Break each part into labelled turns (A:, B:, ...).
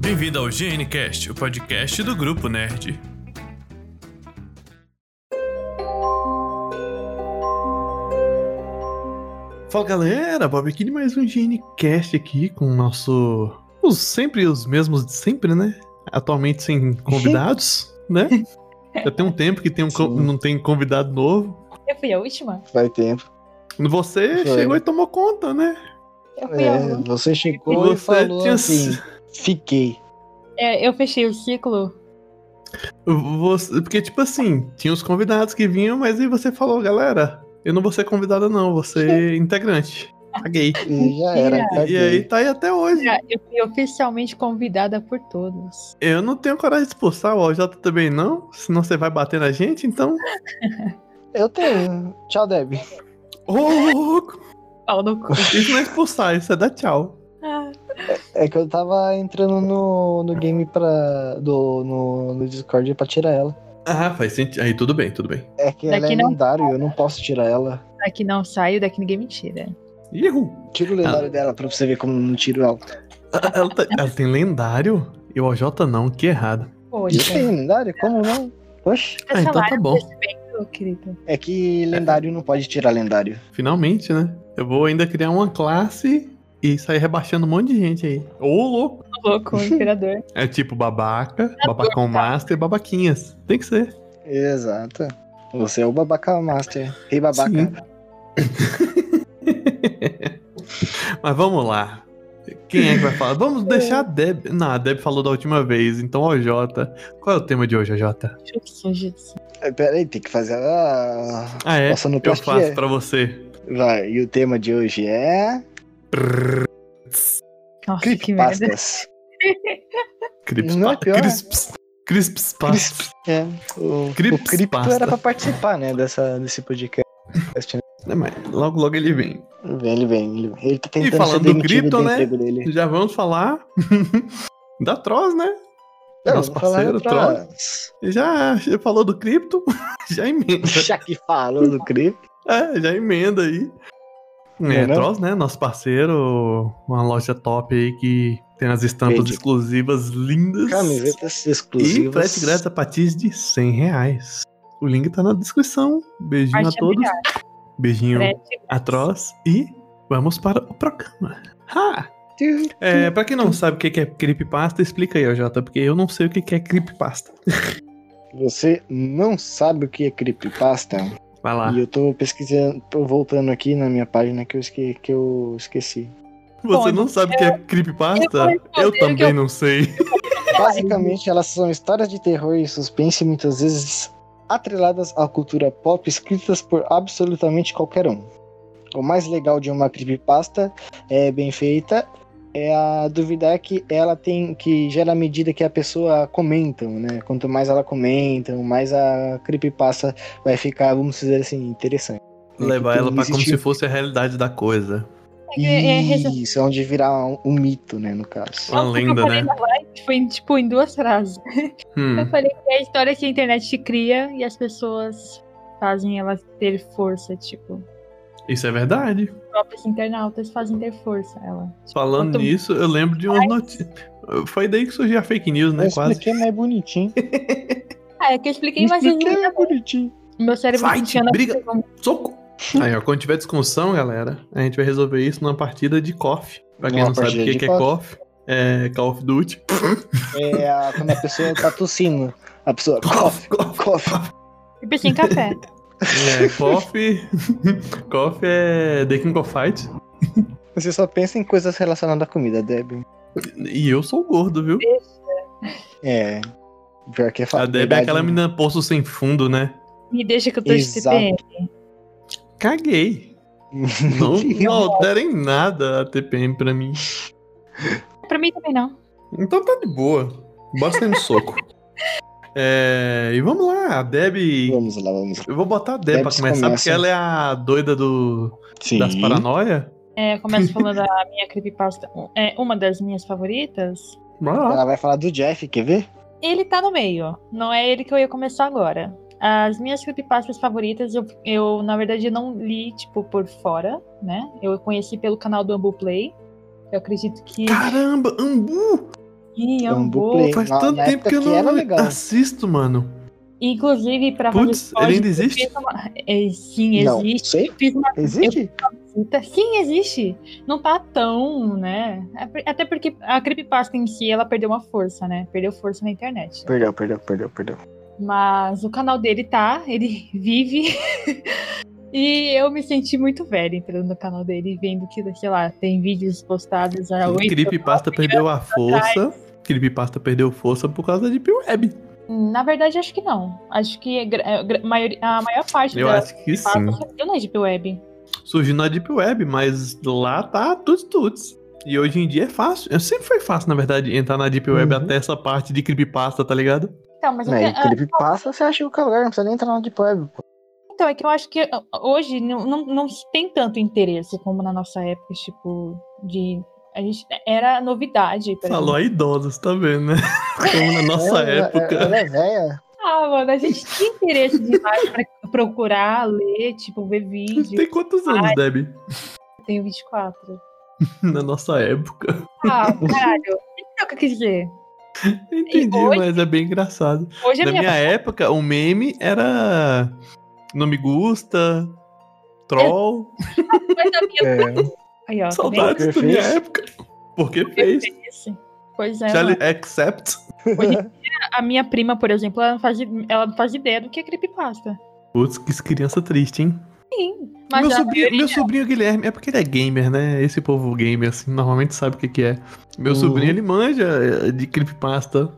A: Bem-vindo ao GNCast, o podcast do Grupo Nerd.
B: Fala galera, Bob aqui de mais um GNCast aqui com o nosso. Os, sempre os mesmos de sempre, né? Atualmente sem convidados, né? Já tem um tempo que tem um, co-
C: Sim.
B: não tem convidado novo.
D: Eu fui a última?
C: Vai tempo.
B: Você
C: Foi.
B: chegou e tomou conta, né?
D: Eu fui a
C: É,
D: última.
C: você chegou e
B: Você
C: falou
B: tinha-
C: assim, fiquei.
D: É, eu fechei o ciclo.
B: Você- porque, tipo assim, tinha os convidados que vinham, mas aí você falou, galera, eu não vou ser convidada, não, vou ser integrante. Paguei.
C: E já era,
B: E
C: caguei.
B: aí tá aí até hoje.
D: Já, Ah, Eu fui oficialmente convidada por todos.
B: Eu não tenho coragem de expulsar o OJ também, não. Senão você vai bater na gente, então.
C: Eu tenho. Tchau, Deb.
B: Ô, louco!
D: Pau no cu.
B: Isso não é expulsar, isso é dar tchau.
D: Ah,
C: É que eu tava entrando no, no game pra, do, no, no Discord pra tirar ela.
B: Ah, faz sentido. Aí tudo bem, tudo bem.
C: É que ela
D: Daqui
C: é
D: não-
C: lendário, eu não posso tirar ela.
D: daqui não saio, daqui ninguém me tira.
B: Ihu!
C: Tira o lendário dela pra você ver como eu não tiro ela.
B: Ah, Ela, tá- ela tem lendário? E o OJ não, que errado.
C: E
D: Poxa.
C: tem lendário? Como não? Poxa.
B: Ah, então tá bom.
D: Meu querido.
C: É que lendário não pode tirar lendário.
B: Finalmente, né? Eu vou ainda criar uma classe e sair rebaixando um monte de gente aí. Ô, louco!
D: Tô Tá Louco, o imperador.
B: É tipo babaca, babacão master e babaquinhas. Tem que ser.
C: Exato. Você é o babaca master. Rei babaca.
B: Sim. Mas vamos lá. Quem é que vai falar? Vamos deixar a Deb. Não, a Deb falou da última vez, então OJ. Qual é o tema de hoje, OJ?
D: Jutsu, jutsu.
C: É, Peraí, tem que fazer a...
B: Ah, é?
C: Nossa, no
B: Eu faço pra você.
C: Vai, e o tema de hoje é.
D: Nossa, que merda.
C: Creepypastas.
B: Crips,
C: Não é
B: pa-
C: pior?
B: Crisps. Crisps, pa-
C: É, o,
B: Creepypasta.
C: o Cripto era pra participar, né, dessa, desse podcast. né?
B: Não, mas Logo, logo ele vem.
C: Vem, Ele vem, ele vem. Ele tá tentando
B: falando
C: ser
B: do
C: demitido
B: cripto,
C: do
B: né?
C: emprego dele.
B: Já vamos falar da Troz, né? Nosso
C: vou falar
B: parceiro,
C: pra-
B: Já, já falou do cripto, já emenda.
C: Já que falou do cripto.
B: É, já emenda aí. É,
C: É, né?
B: Troz, né? Nosso parceiro, uma loja top aí que tem as estampas
C: Vende.
B: exclusivas lindas.
C: Camisetas
B: E
C: exclusivas.
B: frete grátis a partir de 100 reais. O link tá na descrição. Beijinho
D: Parte né? Tipo,
B: a todos.
D: obrigada.
B: Beijinho
D: Frete.
B: atroz. E vamos para o programa. Ha! É, pra quem não sabe o que que é creepypasta, explica aí, Jota, porque eu não sei o que que é creepypasta.
C: Você não sabe o que é creepypasta?
B: Vai lá.
C: E eu tô pesquisando, tô voltando aqui na minha página que eu, esque, que eu esqueci.
B: Você
D: Bom,
B: não sabe o que é creepypasta?
D: eu vou
B: Eu,
D: responder
B: também
D: que eu-
B: não sei.
C: Basicamente, elas são histórias de terror e suspense, muitas vezes atreladas à cultura pop, escritas por absolutamente qualquer um. O mais legal de uma creepypasta é bem feita é a duvidar que ela tem que gera à medida que a pessoa comenta, né? Quanto mais ela comenta, mais a creepypasta vai ficar, vamos dizer assim, interessante.
B: Levar
C: Porque
B: ela pra como
C: existe- um
B: se fosse a realidade da coisa.
D: É, é, é,
C: Isso, é onde virar um, um mito, né, no caso.
B: Uma
D: Nossa, o que eu
B: lenda, né?
D: falei na live Foi tipo em duas frases. Eu
B: Hum.
D: falei que é a história que a internet te cria e as pessoas fazem ela ter força, tipo.
B: Isso é verdade.
D: Os próprios internautas fazem ter força ela.
B: Falando
D: Quanto-
B: nisso, eu lembro de umas notícias. Foi daí que surgiu a fake news, né?
C: Eu
B: Quase.
C: expliquei mais bonitinho.
D: Ah, é que eu expliquei,
C: Eu
D: mas
C: expliquei
D: resumindo,
C: mais bonitinho.
D: meu cérebro
B: Fight,
D: funciona
B: briga.
D: como-
B: Soco! Aí, ó, quando tiver discussão, galera, a gente vai resolver isso numa partida de KOF. Pra quem
C: Numa
B: não sabe o
C: partida
B: que
C: de
B: que é KOF, é Call of Duty.
C: É a- quando a pessoa tá tossindo. A pessoa.
B: KOF, KOF.
C: Cough.
D: Tipo assim, café.
B: É, KOF. KOF é The King of Fight.
C: Você só pensa em coisas relacionadas à comida, Deb.
B: E eu sou gordo, viu?
C: É. Pior que é
B: A
C: fato,
B: Deb é
C: verdade,
B: aquela
C: né?
B: menina poço sem fundo, né?
D: Me deixa que eu tô de
C: Exato.
D: TPM.
B: Caguei. Não, não altera em nada a TPM pra mim.
D: É, Pra mim também não.
B: Então tá de boa. Basta no soco. É, e vamos lá, a Deb.
C: Vamos lá, vamos lá.
B: Eu vou botar a Deb pra
C: Debs
B: começar,
C: começa.
B: porque ela é a doida do,
C: Sim.
B: das paranoia.
D: É, eu começo falando a minha creepypasta. É uma das minhas favoritas.
B: Vai lá.
C: Ela vai falar do Jeff, quer ver?
D: Ele tá no meio. Não é ele que eu ia começar agora. As minhas creepypastas favoritas, eu, eu na verdade eu não li, tipo, por fora, né? Eu conheci pelo canal do Ambu Play. Eu acredito que.
B: Caramba, Ambu!
D: Yambu.
C: Play.
B: Faz
C: Na-
B: tanto
C: na
B: tempo
C: época
B: que eu
C: que era
B: não
C: legal.
B: assisto, mano.
D: Inclusive, pra
B: Putz,
D: fazer código,
B: ele ainda
D: eu
B: existe?
D: fiz uma- É, sim,
C: Não,
D: existe.
C: sei.
D: Fiz uma
C: Existe?
D: visita. Sim, existe. Não tá tão, né? Até porque a creepypasta em si, ela perdeu uma força, né? Perdeu força na internet.
C: Perdeu, perdeu, perdeu, perdeu.
D: Mas o canal dele tá, ele vive. e eu me senti muito velha entrando no canal dele e vendo que, sei lá, tem vídeos postados há oito
B: Creepypasta perdeu a força. Creepypasta perdeu força por causa da Deep Web.
D: Hum, Na verdade, acho que não. Acho que é gra- é gra- maioria- a maior parte
B: Eu
D: da
B: acho que sim.
D: creepypasta surgiu na Deep Web.
B: Surgiu na Deep Web, mas lá tá tudo tuts. E hoje em dia é fácil. Sempre foi fácil, na verdade, entrar na Deep Web
C: Uhum.
B: até essa parte de creepypasta, tá ligado?
D: Então, mas o
C: Né,
D: que-
C: e creepypasta, você acha em qualquer lugar, não precisa nem entrar na Deep Web. pô.
D: Então, é que eu acho que ah, hoje não, não, não se tem tanto interesse como na nossa época, tipo, de. A gente era novidade. pra
B: Falou a idosos, tá vendo, né? Como na nossa
C: Ela-
B: época.
C: Ela É. é velha.
D: gente. Ah, mano, a gente tinha interesse demais pra procurar, ler, tipo, ver vídeo.
B: Tem quantos anos, Debbie?
D: Eu tenho 24.
B: Na nossa época.
D: Ah, caralho. Não é o que eu quis dizer.
B: Entendi,
D: hoje?
B: mas é bem engraçado.
D: Hoje a
B: Na
D: minha.
B: minha época, o meme era. Não me gusta. Troll.
D: Mas a minha...
C: É.
D: tá Aí, ó. tá vendo?
B: Saudades da
C: Porque
B: minha
C: fez.
B: época. Porque fez.
D: Esse. Pois é.
C: né,
B: Charlie
D: mano.
B: Accept.
D: A minha prima, por exemplo, ela não faz, ela não faz ideia do que é creepypasta.
B: Putz, que criança triste, hein?
D: Sim. Mas
B: meu,
D: a
B: sobrinho, meu sobrinho Guilherme, é porque ele é gamer, né? Esse povo gamer, assim, normalmente sabe o que, que é. Meu
C: Uhum.
B: sobrinho, ele manja é, de creepypasta.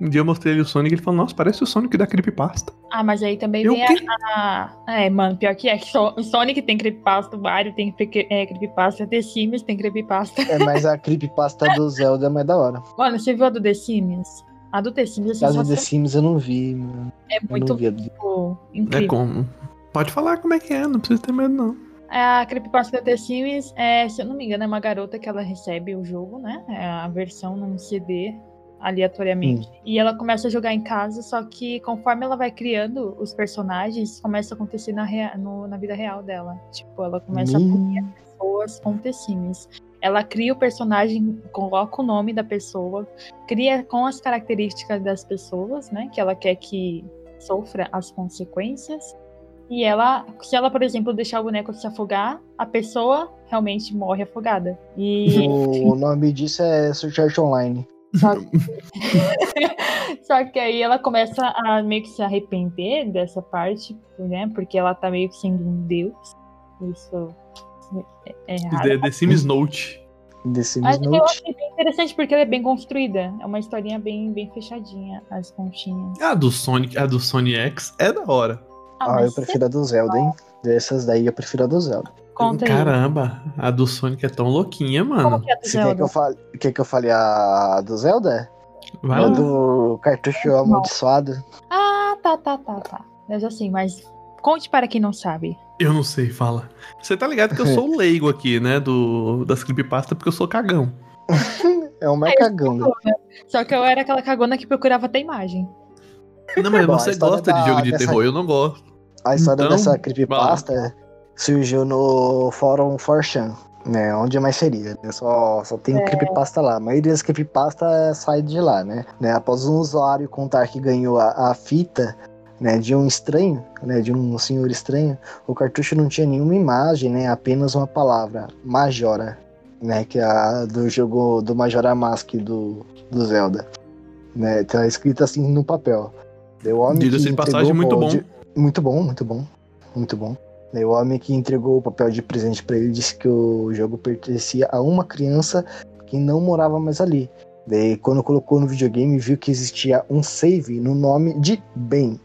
B: Um dia eu mostrei ele o Sonic, ele falou, nossa, parece o Sonic da creepypasta.
D: Ah, mas aí também
B: Eu,
D: vem
B: "Quê?"
D: a, a- É, mano, pior que é. que só- O Sonic tem creepypasta, o Mario tem cre- é, creepypasta, The Sims tem creepypasta.
C: É, mas a creepypasta do Zelda é mais da hora.
D: Mano, você viu a do The Sims? A do The Sims é
C: Caso The
D: sensacional.
C: Sims eu não vi, mano.
D: É
C: Eu não
D: muito
C: vi. a do-
D: tipo,
B: É
D: incrível.
B: como... Pode falar como é que é, não precisa ter medo, não.
D: É, A creepypasta da The Sims, é, se eu não me engano, é uma garota que ela recebe o jogo, né? É a versão num CD aleatoriamente. E ela começa a jogar em casa, só que conforme ela vai criando os personagens, começa a acontecer na, rea- no- na vida real dela. Tipo, ela começa a punir
C: Hum.
D: as pessoas com The Sims. Ela cria o personagem, coloca o nome da pessoa, cria com as características das pessoas, né? Que ela quer que sofra as consequências. E ela, se ela, por exemplo, deixar o boneco se afogar, a pessoa realmente morre afogada. E
C: O nome disso é Search Art Online.
D: só que... só que aí ela começa a meio que se arrepender dessa parte, né? Porque ela tá meio que sendo um deus. Isso é- é errado.
B: The, The Sims Note.
C: The Sims
D: Mas eu
C: Note.
D: achei bem interessante porque ela é bem construída. É uma historinha bem, bem fechadinha, as pontinhas.
B: A do Sonic, a do Sonic X é da hora.
C: Ah, eu prefiro a do Zelda, hein? Dessas daí eu prefiro a do Zelda.
D: Conta aí.
B: Caramba, a do Sonic é tão louquinha,
D: Como
B: mano.
D: que é do
C: Você quer que
D: Zelda?
C: eu fale, quer que eu fale a do Zelda?
B: Vai
C: a
B: lá.
C: do cartucho amaldiçoado?
D: Ah, tá, tá, tá, tá. Eu já sei, mas conte para quem não sabe.
B: Eu não sei, fala. Você tá ligado que eu sou o leigo aqui, né? Do, das creepypasta, porque eu sou cagão.
C: É um macagão, né?
D: Só que eu era aquela cagona que procurava até imagem.
B: Não, mas
C: É Bom, a
B: você
C: história
B: gosta
C: da-
B: de jogo de
C: dessa-
B: terror, eu não gosto.
C: A história
B: Então,
C: dessa creepypasta surgiu no fórum 4chan, né? Onde mais seria, né? Só, só tem creepypasta lá. A maioria das creepypastas sai de lá, né? né? Após um usuário contar que ganhou a, a fita, né? De um estranho, né? De um senhor estranho, o cartucho não tinha nenhuma imagem, né? Apenas uma palavra, Majora, né? Que é a do jogo do Majora Mask do, do Zelda. Né, tá escrito assim no papel. Daí o homem
B: Diga-se
C: que
B: de passagem, muito
C: entregou o
B: bom.
C: de- muito bom, muito bom. Muito bom. Daí o homem que entregou o papel de presente pra ele disse que o jogo pertencia a uma criança que não morava mais ali. Daí quando colocou no videogame viu que existia um save no nome de Ben.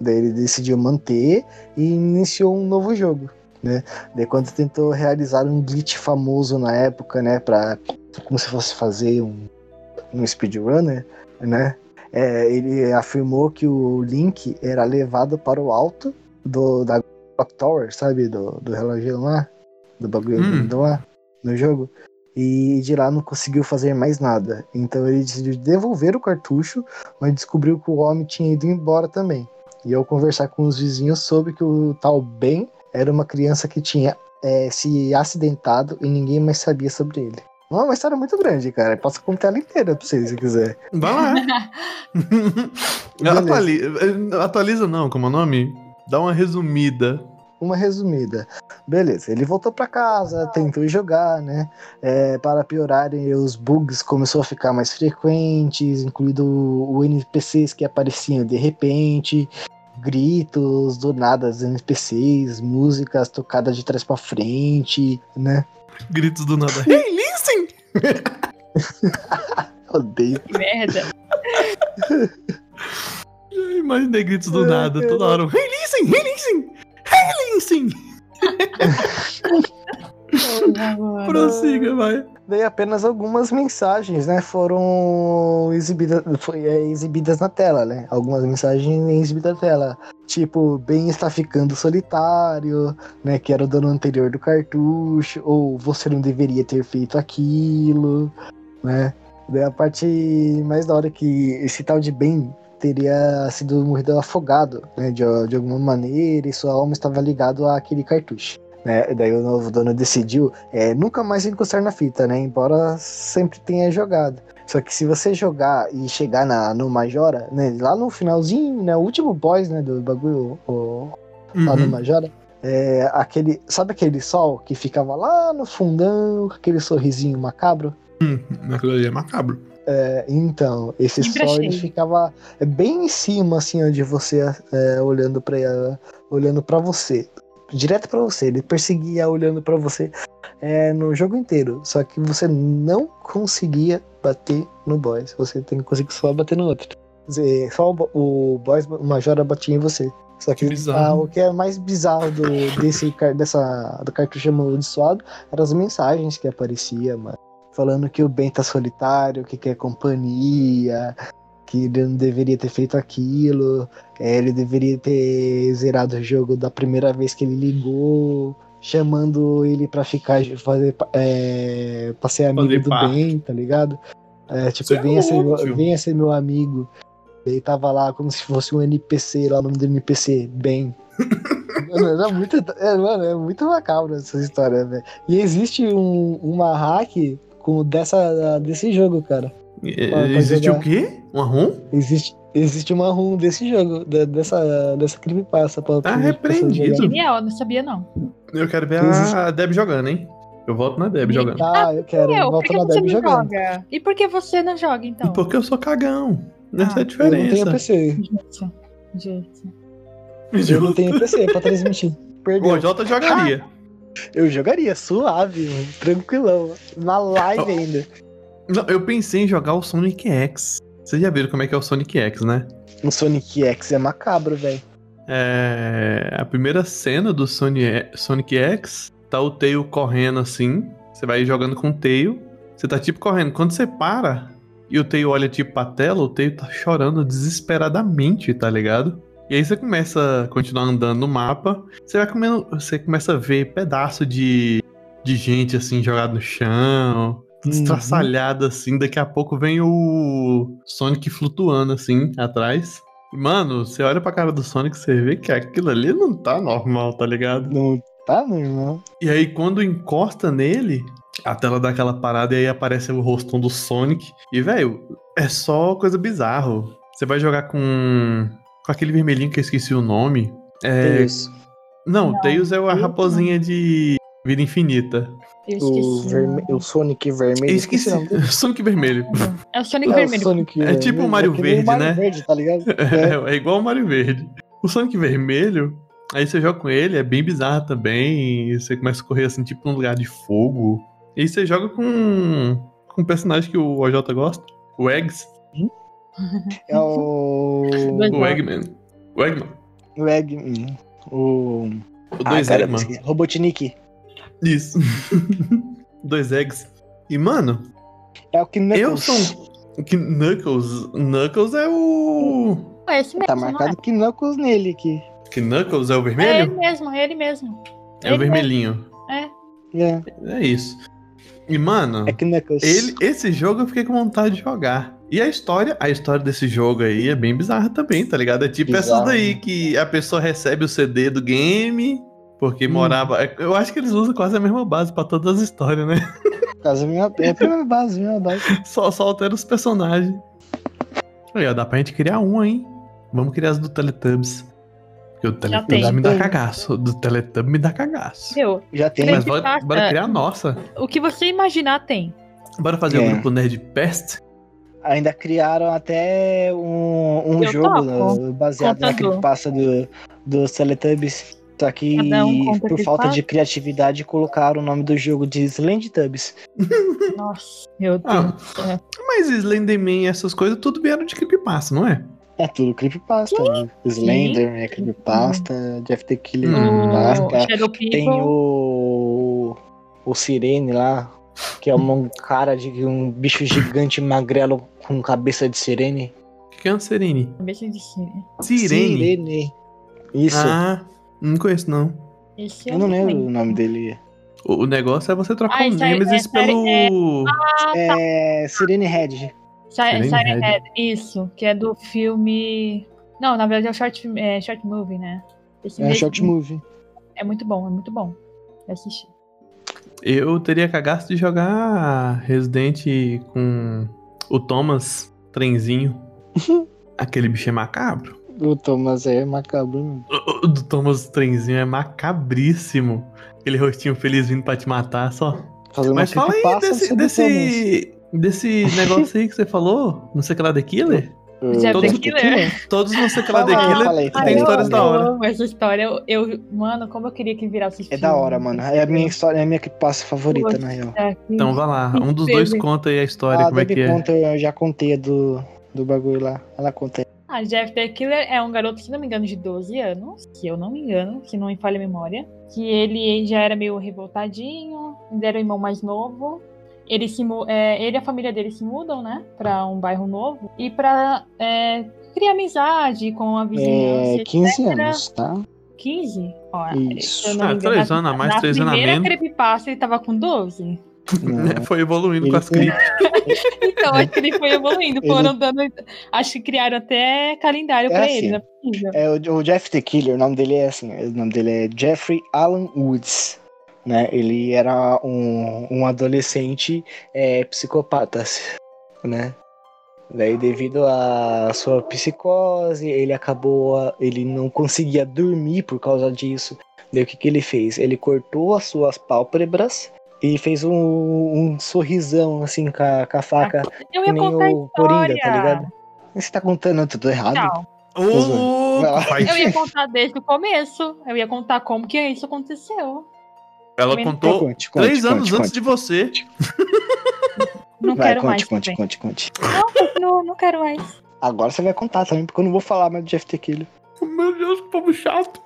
C: Daí ele decidiu manter e iniciou um novo jogo, né? Daí quando tentou realizar um glitch famoso na época, né, para como se fosse fazer um, um speedrunner, né? É, ele afirmou que o Link era levado para o alto do, da Clock Tower, sabe? Do, do relógio lá, do bagulho
B: Hum.
C: do lá, no jogo. E de lá não conseguiu fazer mais nada. Então ele decidiu devolver o cartucho, mas descobriu que o homem tinha ido embora também. E ao conversar com os vizinhos, soube que o tal é, Ben era uma criança que tinha eh, se acidentado e ninguém mais sabia sobre ele. Não, é uma história muito grande, cara. Eu posso contar ela inteira pra vocês se quiser.
B: Vai lá.
C: Beleza.
B: atualiza, atualiza não, como é o nome? Dá uma resumida.
C: Uma resumida. Beleza, ele voltou pra casa, tentou jogar, né? É, para piorarem, os bugs começou a ficar mais frequentes, incluindo o NPCs que apareciam de repente, gritos do nada dos NPCs, músicas tocadas de trás pra frente, né?
B: Gritos do nada. Hey, listen!
C: Odeio
D: Que merda.
B: Eu imaginei gritos do nada, toda hora. Hey, listen! Hey, listen! Hey, listen!
C: Ah,
B: Prossiga, vai.
C: Daí apenas algumas mensagens, né, foram exibidas, foi, é, exibidas na tela, né? Algumas mensagens exibidas na tela. Tipo, Ben está ficando solitário, né? Que era o dono anterior do cartucho, ou você não deveria ter feito aquilo, né? Daí a parte mais da hora é que esse tal de Ben teria sido morrido afogado, né? De, de alguma maneira, e sua alma estava ligada àquele cartucho né? Daí o novo dono decidiu é, nunca mais encostar na fita, né? Embora sempre tenha jogado. Só que se você jogar e chegar na, no Majora, né? Lá no finalzinho, né? O último boss, né? Do bagulho o- lá no
B: Uhum.
C: Majora. É, aquele, sabe aquele sol que ficava lá no fundão, com aquele sorrisinho macabro?
B: Aquilo ali é macabro.
C: É, então, esse
D: Sempre
C: sol ele
D: achei.
C: ficava é, bem em cima, assim, onde você é, olhando para olhando para você, direto pra você. Ele perseguia olhando pra você é, no jogo inteiro. Só que você não conseguia bater no boss. Você tem que conseguir só bater no outro. Quer dizer, só o, bo- o boss, o Majora batia em você. Só que
B: Que bizarro.
C: ah, o que é mais bizarro do, desse, car- dessa, do cartucho amaldiçoado eram as mensagens que apareciam, mano. Falando que o Ben tá solitário, que quer companhia, que ele não deveria ter feito aquilo, é, ele deveria ter zerado o jogo da primeira vez que ele ligou, chamando ele pra ficar, fazer, é, pra ser amigo
B: Fazer
C: do
B: parte.
C: Ben, tá ligado? É, tipo,
B: Isso é
C: venha, ser,
B: óbvio.
C: meu- venha ser meu amigo. Ele tava lá como se fosse um NPC, lá o nome do NPC, Ben. Mano, era muito, é, mano, é muito macabro essa história, velho. E existe um, uma hack com, dessa, desse jogo, cara. Vai, vai
B: eh, existe
C: jogar.
B: o quê? Um Uma ROM?
C: Existe, existe uma ROM desse jogo, da- dessa, dessa creepypasta. Pra,
B: Tá
C: pra-
B: repreendido.
C: pra-
D: Genial, não sabia não.
B: Eu quero ver a
C: Existe.
B: Deb jogando, hein? Eu volto na Deb
D: Ih,
B: jogando.
C: Ah, eu quero.
D: Meu,
C: Eu
D: por
C: volto
D: que
C: na
D: você
C: Deb
D: não
C: jogando.
D: joga? E por que você não joga, então?
B: Porque eu sou cagão. Essa é a
C: Ah, Eu não tenho
B: diferença.
C: PC.
D: Justo, justo.
C: Eu não tenho PC pra transmitir.
B: O
C: Perdeu.
B: Jota jogaria.
C: Eu jogaria suave, mano, tranquilão. Na live ainda.
B: Não, eu pensei em jogar o Sonic X. Vocês já viram como é que é o Sonic X, né?
C: O Sonic X é macabro, velho.
B: É, a primeira cena do Sony- Sonic X tá o Tail correndo assim. Você vai jogando com o Tail. Você tá tipo correndo. Quando você para e o Tail olha tipo pra tela, o Tail tá chorando desesperadamente, tá ligado? E aí você começa a continuar andando no mapa. Você vai comendo. Você começa a ver pedaço de, de gente assim jogado no chão. Tudo
C: Uhum.
B: estraçalhado assim. Daqui a pouco vem o Sonic flutuando assim atrás. Mano, você olha pra cara do Sonic, você vê que aquilo ali não tá normal, tá ligado?
C: Não tá, meu irmão?
B: E aí, quando encosta nele, a tela dá aquela parada e aí aparece o rostão do Sonic. E, velho, é só coisa bizarro. Você vai jogar com, com aquele vermelhinho que eu esqueci o nome. É,
C: Isso.
B: não, Tails é a
D: Tails
B: raposinha de vida infinita.
D: Eu
C: O,
D: esqueci. né?
C: verme... o Sonic vermelho.
B: Eu esqueci.
C: o nome dele.
B: Sonic vermelho.
D: É o Sonic
C: É, o
D: Vermelho.
C: Sonic
B: É
C: vermelho.
B: tipo o Mario
C: é que nem
B: Verde,
C: o Mario
B: né?
C: Verde, tá ligado?
B: É, é igual o Mario Verde. O Sonic Vermelho, aí você joga com ele, é bem bizarro também. Você começa a correr assim, tipo num lugar de fogo. E aí você joga com, com um personagem que o OJ gosta, o Eggs,
C: É o.
D: Dois
B: o
D: lá.
B: Eggman. O Eggman.
C: O Eggman. O.
B: O dois
C: Ah, cara,
B: Eggman.
C: esqueci. Robotnik.
B: Isso. dois Eggs. E, mano,
C: É o que Knuckles.
B: eu sou um. Que Knuckles. Knuckles é o.
D: É esse mesmo,
C: Tá
D: não é?
C: marcado que Knuckles nele aqui.
B: Que Knuckles é o
D: É ele
B: vermelho?
D: mesmo, é ele mesmo.
B: É,
D: ele
B: o vermelhinho.
C: É,
B: É isso. E, mano.
C: é Knuckles.
B: Ele, esse jogo eu fiquei com vontade de jogar. E a história, a história desse jogo aí é bem bizarra também, tá ligado? É tipo essas
C: Bizarro,
B: daí
C: né?
B: que a pessoa recebe o CD do game, porque
C: Hum.
B: morava. Eu acho que eles usam quase a mesma base pra todas as histórias, né?
C: Caso minha, é a mesma base, mesma base.
B: Só, só altera os personagens. Aí, ó, dá pra gente criar um, hein? Vamos criar as do Teletubbies. Porque o Teletubbies
D: tem.
B: me dá cagaço. O do Teletubbies me dá cagaço.
D: Meu,
C: Já tem.
D: Tem
B: Mas
D: que tá.
B: bora,
D: passar.
B: bora criar a nossa.
D: o que você imaginar tem.
B: Bora fazer o
C: É.
B: grupo Nerd Pest?
C: Ainda criaram até um, um
D: Eu
C: jogo
D: topo.
C: né, baseado
D: Contador.
C: naquele pasta do, dos Teletubbies. Só que
D: Cada um conta
C: por
D: que
C: falta
D: faz.
C: de criatividade colocaram o nome do jogo de Slendytubbies.
D: Nossa, meu Deus.
B: Ah, mas Slenderman e essas coisas tudo vieram de creepypasta, não é?
C: É tudo creepypasta. né? Slender é creepypasta, Jeff the Killer é
B: Hum.
D: o
C: creepypasta.
D: Shadow
C: Tem
D: People.
C: o. O Sirene lá, que é um cara de um bicho gigante magrelo com cabeça de sirene.
B: O que que é uma Serene?
D: Cabeça de cima.
B: Sirene.
C: Sirene. Isso.
B: Ah, não conheço não.
D: Esse é
C: eu não lembro
D: lembro.
C: o nome dele.
B: O, o negócio é você trocar
D: Ah,
B: o
D: isso aí- é.
B: Nemesis
D: essa aí
B: pelo.
C: É. Sirene Red.
D: Siren
B: Siren
D: Siren
B: Head.
D: Head, isso, que é do filme. Não, na verdade é o short, film- é, short movie, né? Esse
C: É um
D: mesmo-
C: short movie.
D: é muito bom, é muito bom. Eu assisti.
B: Eu teria cagaço de jogar Resident com o Thomas Trenzinho. Aquele bicho é macabro.
C: O Thomas é macabro. mesmo.
B: O o do Thomas Trenzinho é macabríssimo. Aquele rostinho feliz vindo pra te matar só.
C: Fazendo
B: Mas
C: uma
B: fala aí
C: creepypasta
B: desse,
C: sobre o Thomas.
B: desse, desse negócio aí que você falou, não sei o que lá The Killer.
D: Jeff the
B: todos-
D: Killer.
B: Todos não sei o que lá The
C: É Fala aí,
B: Killer
C: fala aí, fala
B: tem
C: aí,
B: histórias
C: fala
B: da
C: aí.
B: hora.
D: Eu amo essa história. Eu, eu- mano, como eu queria que virasse esse
C: É da hora, mano. É a minha história, é a minha creepypasta favorita, na real.
B: Então vai lá, um dos dois conta aí a história,
C: Ah,
B: como é
C: Debbie
B: que é.
C: conta, eu já contei a do, do bagulho lá. Ela conta.
D: A Jeff the Ah, Killer é um garoto, se não me engano, de 12 anos, se eu não me engano, se não me falha a memória, que ele já era meio revoltadinho, ele era o irmão mais novo. Ele, se, mu- é, ele e a família dele se mudam, né, pra um bairro novo e pra é, criar amizade com a vizinhança.
C: É 15
D: etc.
C: anos, tá?
D: 15? Ó,
C: Isso.
D: se eu não me
B: Ah,
D: engano,
B: três
D: na-
B: anos a mais,
D: na
B: três anos a
D: primeira
B: menos.
D: creepypasta ele tava com 12.
C: Não.
B: É, Foi evoluindo com
C: Ele
B: as críticas.
D: Então, acho que ele foi evoluindo,
C: Ele-
D: foram dando. Acho que criaram até calendário
C: É
D: pra
C: assim,
D: ele, não é possível.
C: É, o, o Jeff the Killer, o nome dele é assim, o nome dele é Jeffrey Alan Woods, né? Ele era um, um adolescente é, psicopata, né? Daí, devido à sua psicose, ele acabou, a- ele não conseguia dormir por causa disso. Daí, o que, que ele fez? Ele cortou as suas pálpebras e fez um, um sorrisão, assim, com a, com a faca,
D: Eu
C: que
D: ia
C: nem
D: contar a
C: o Coringa, tá ligado?
D: história.
C: Você tá contando tudo errado?
D: Não,
B: Ô,
C: Vai lá.
B: faz-
D: eu ia contar desde o começo. Eu ia contar como que isso aconteceu.
B: Ela
D: Então
C: Então,
B: contou
C: conte, conte,
B: três
C: conte,
B: anos
C: conte.
B: antes de você.
D: Não
C: Vai,
D: quero
C: conte,
D: mais.
C: conte,
D: também.
C: conte, conte.
D: Não, não quero mais.
C: Agora você vai contar também, porque eu não vou falar mais do Jeff Tequila.
B: Meu Deus, que povo chato.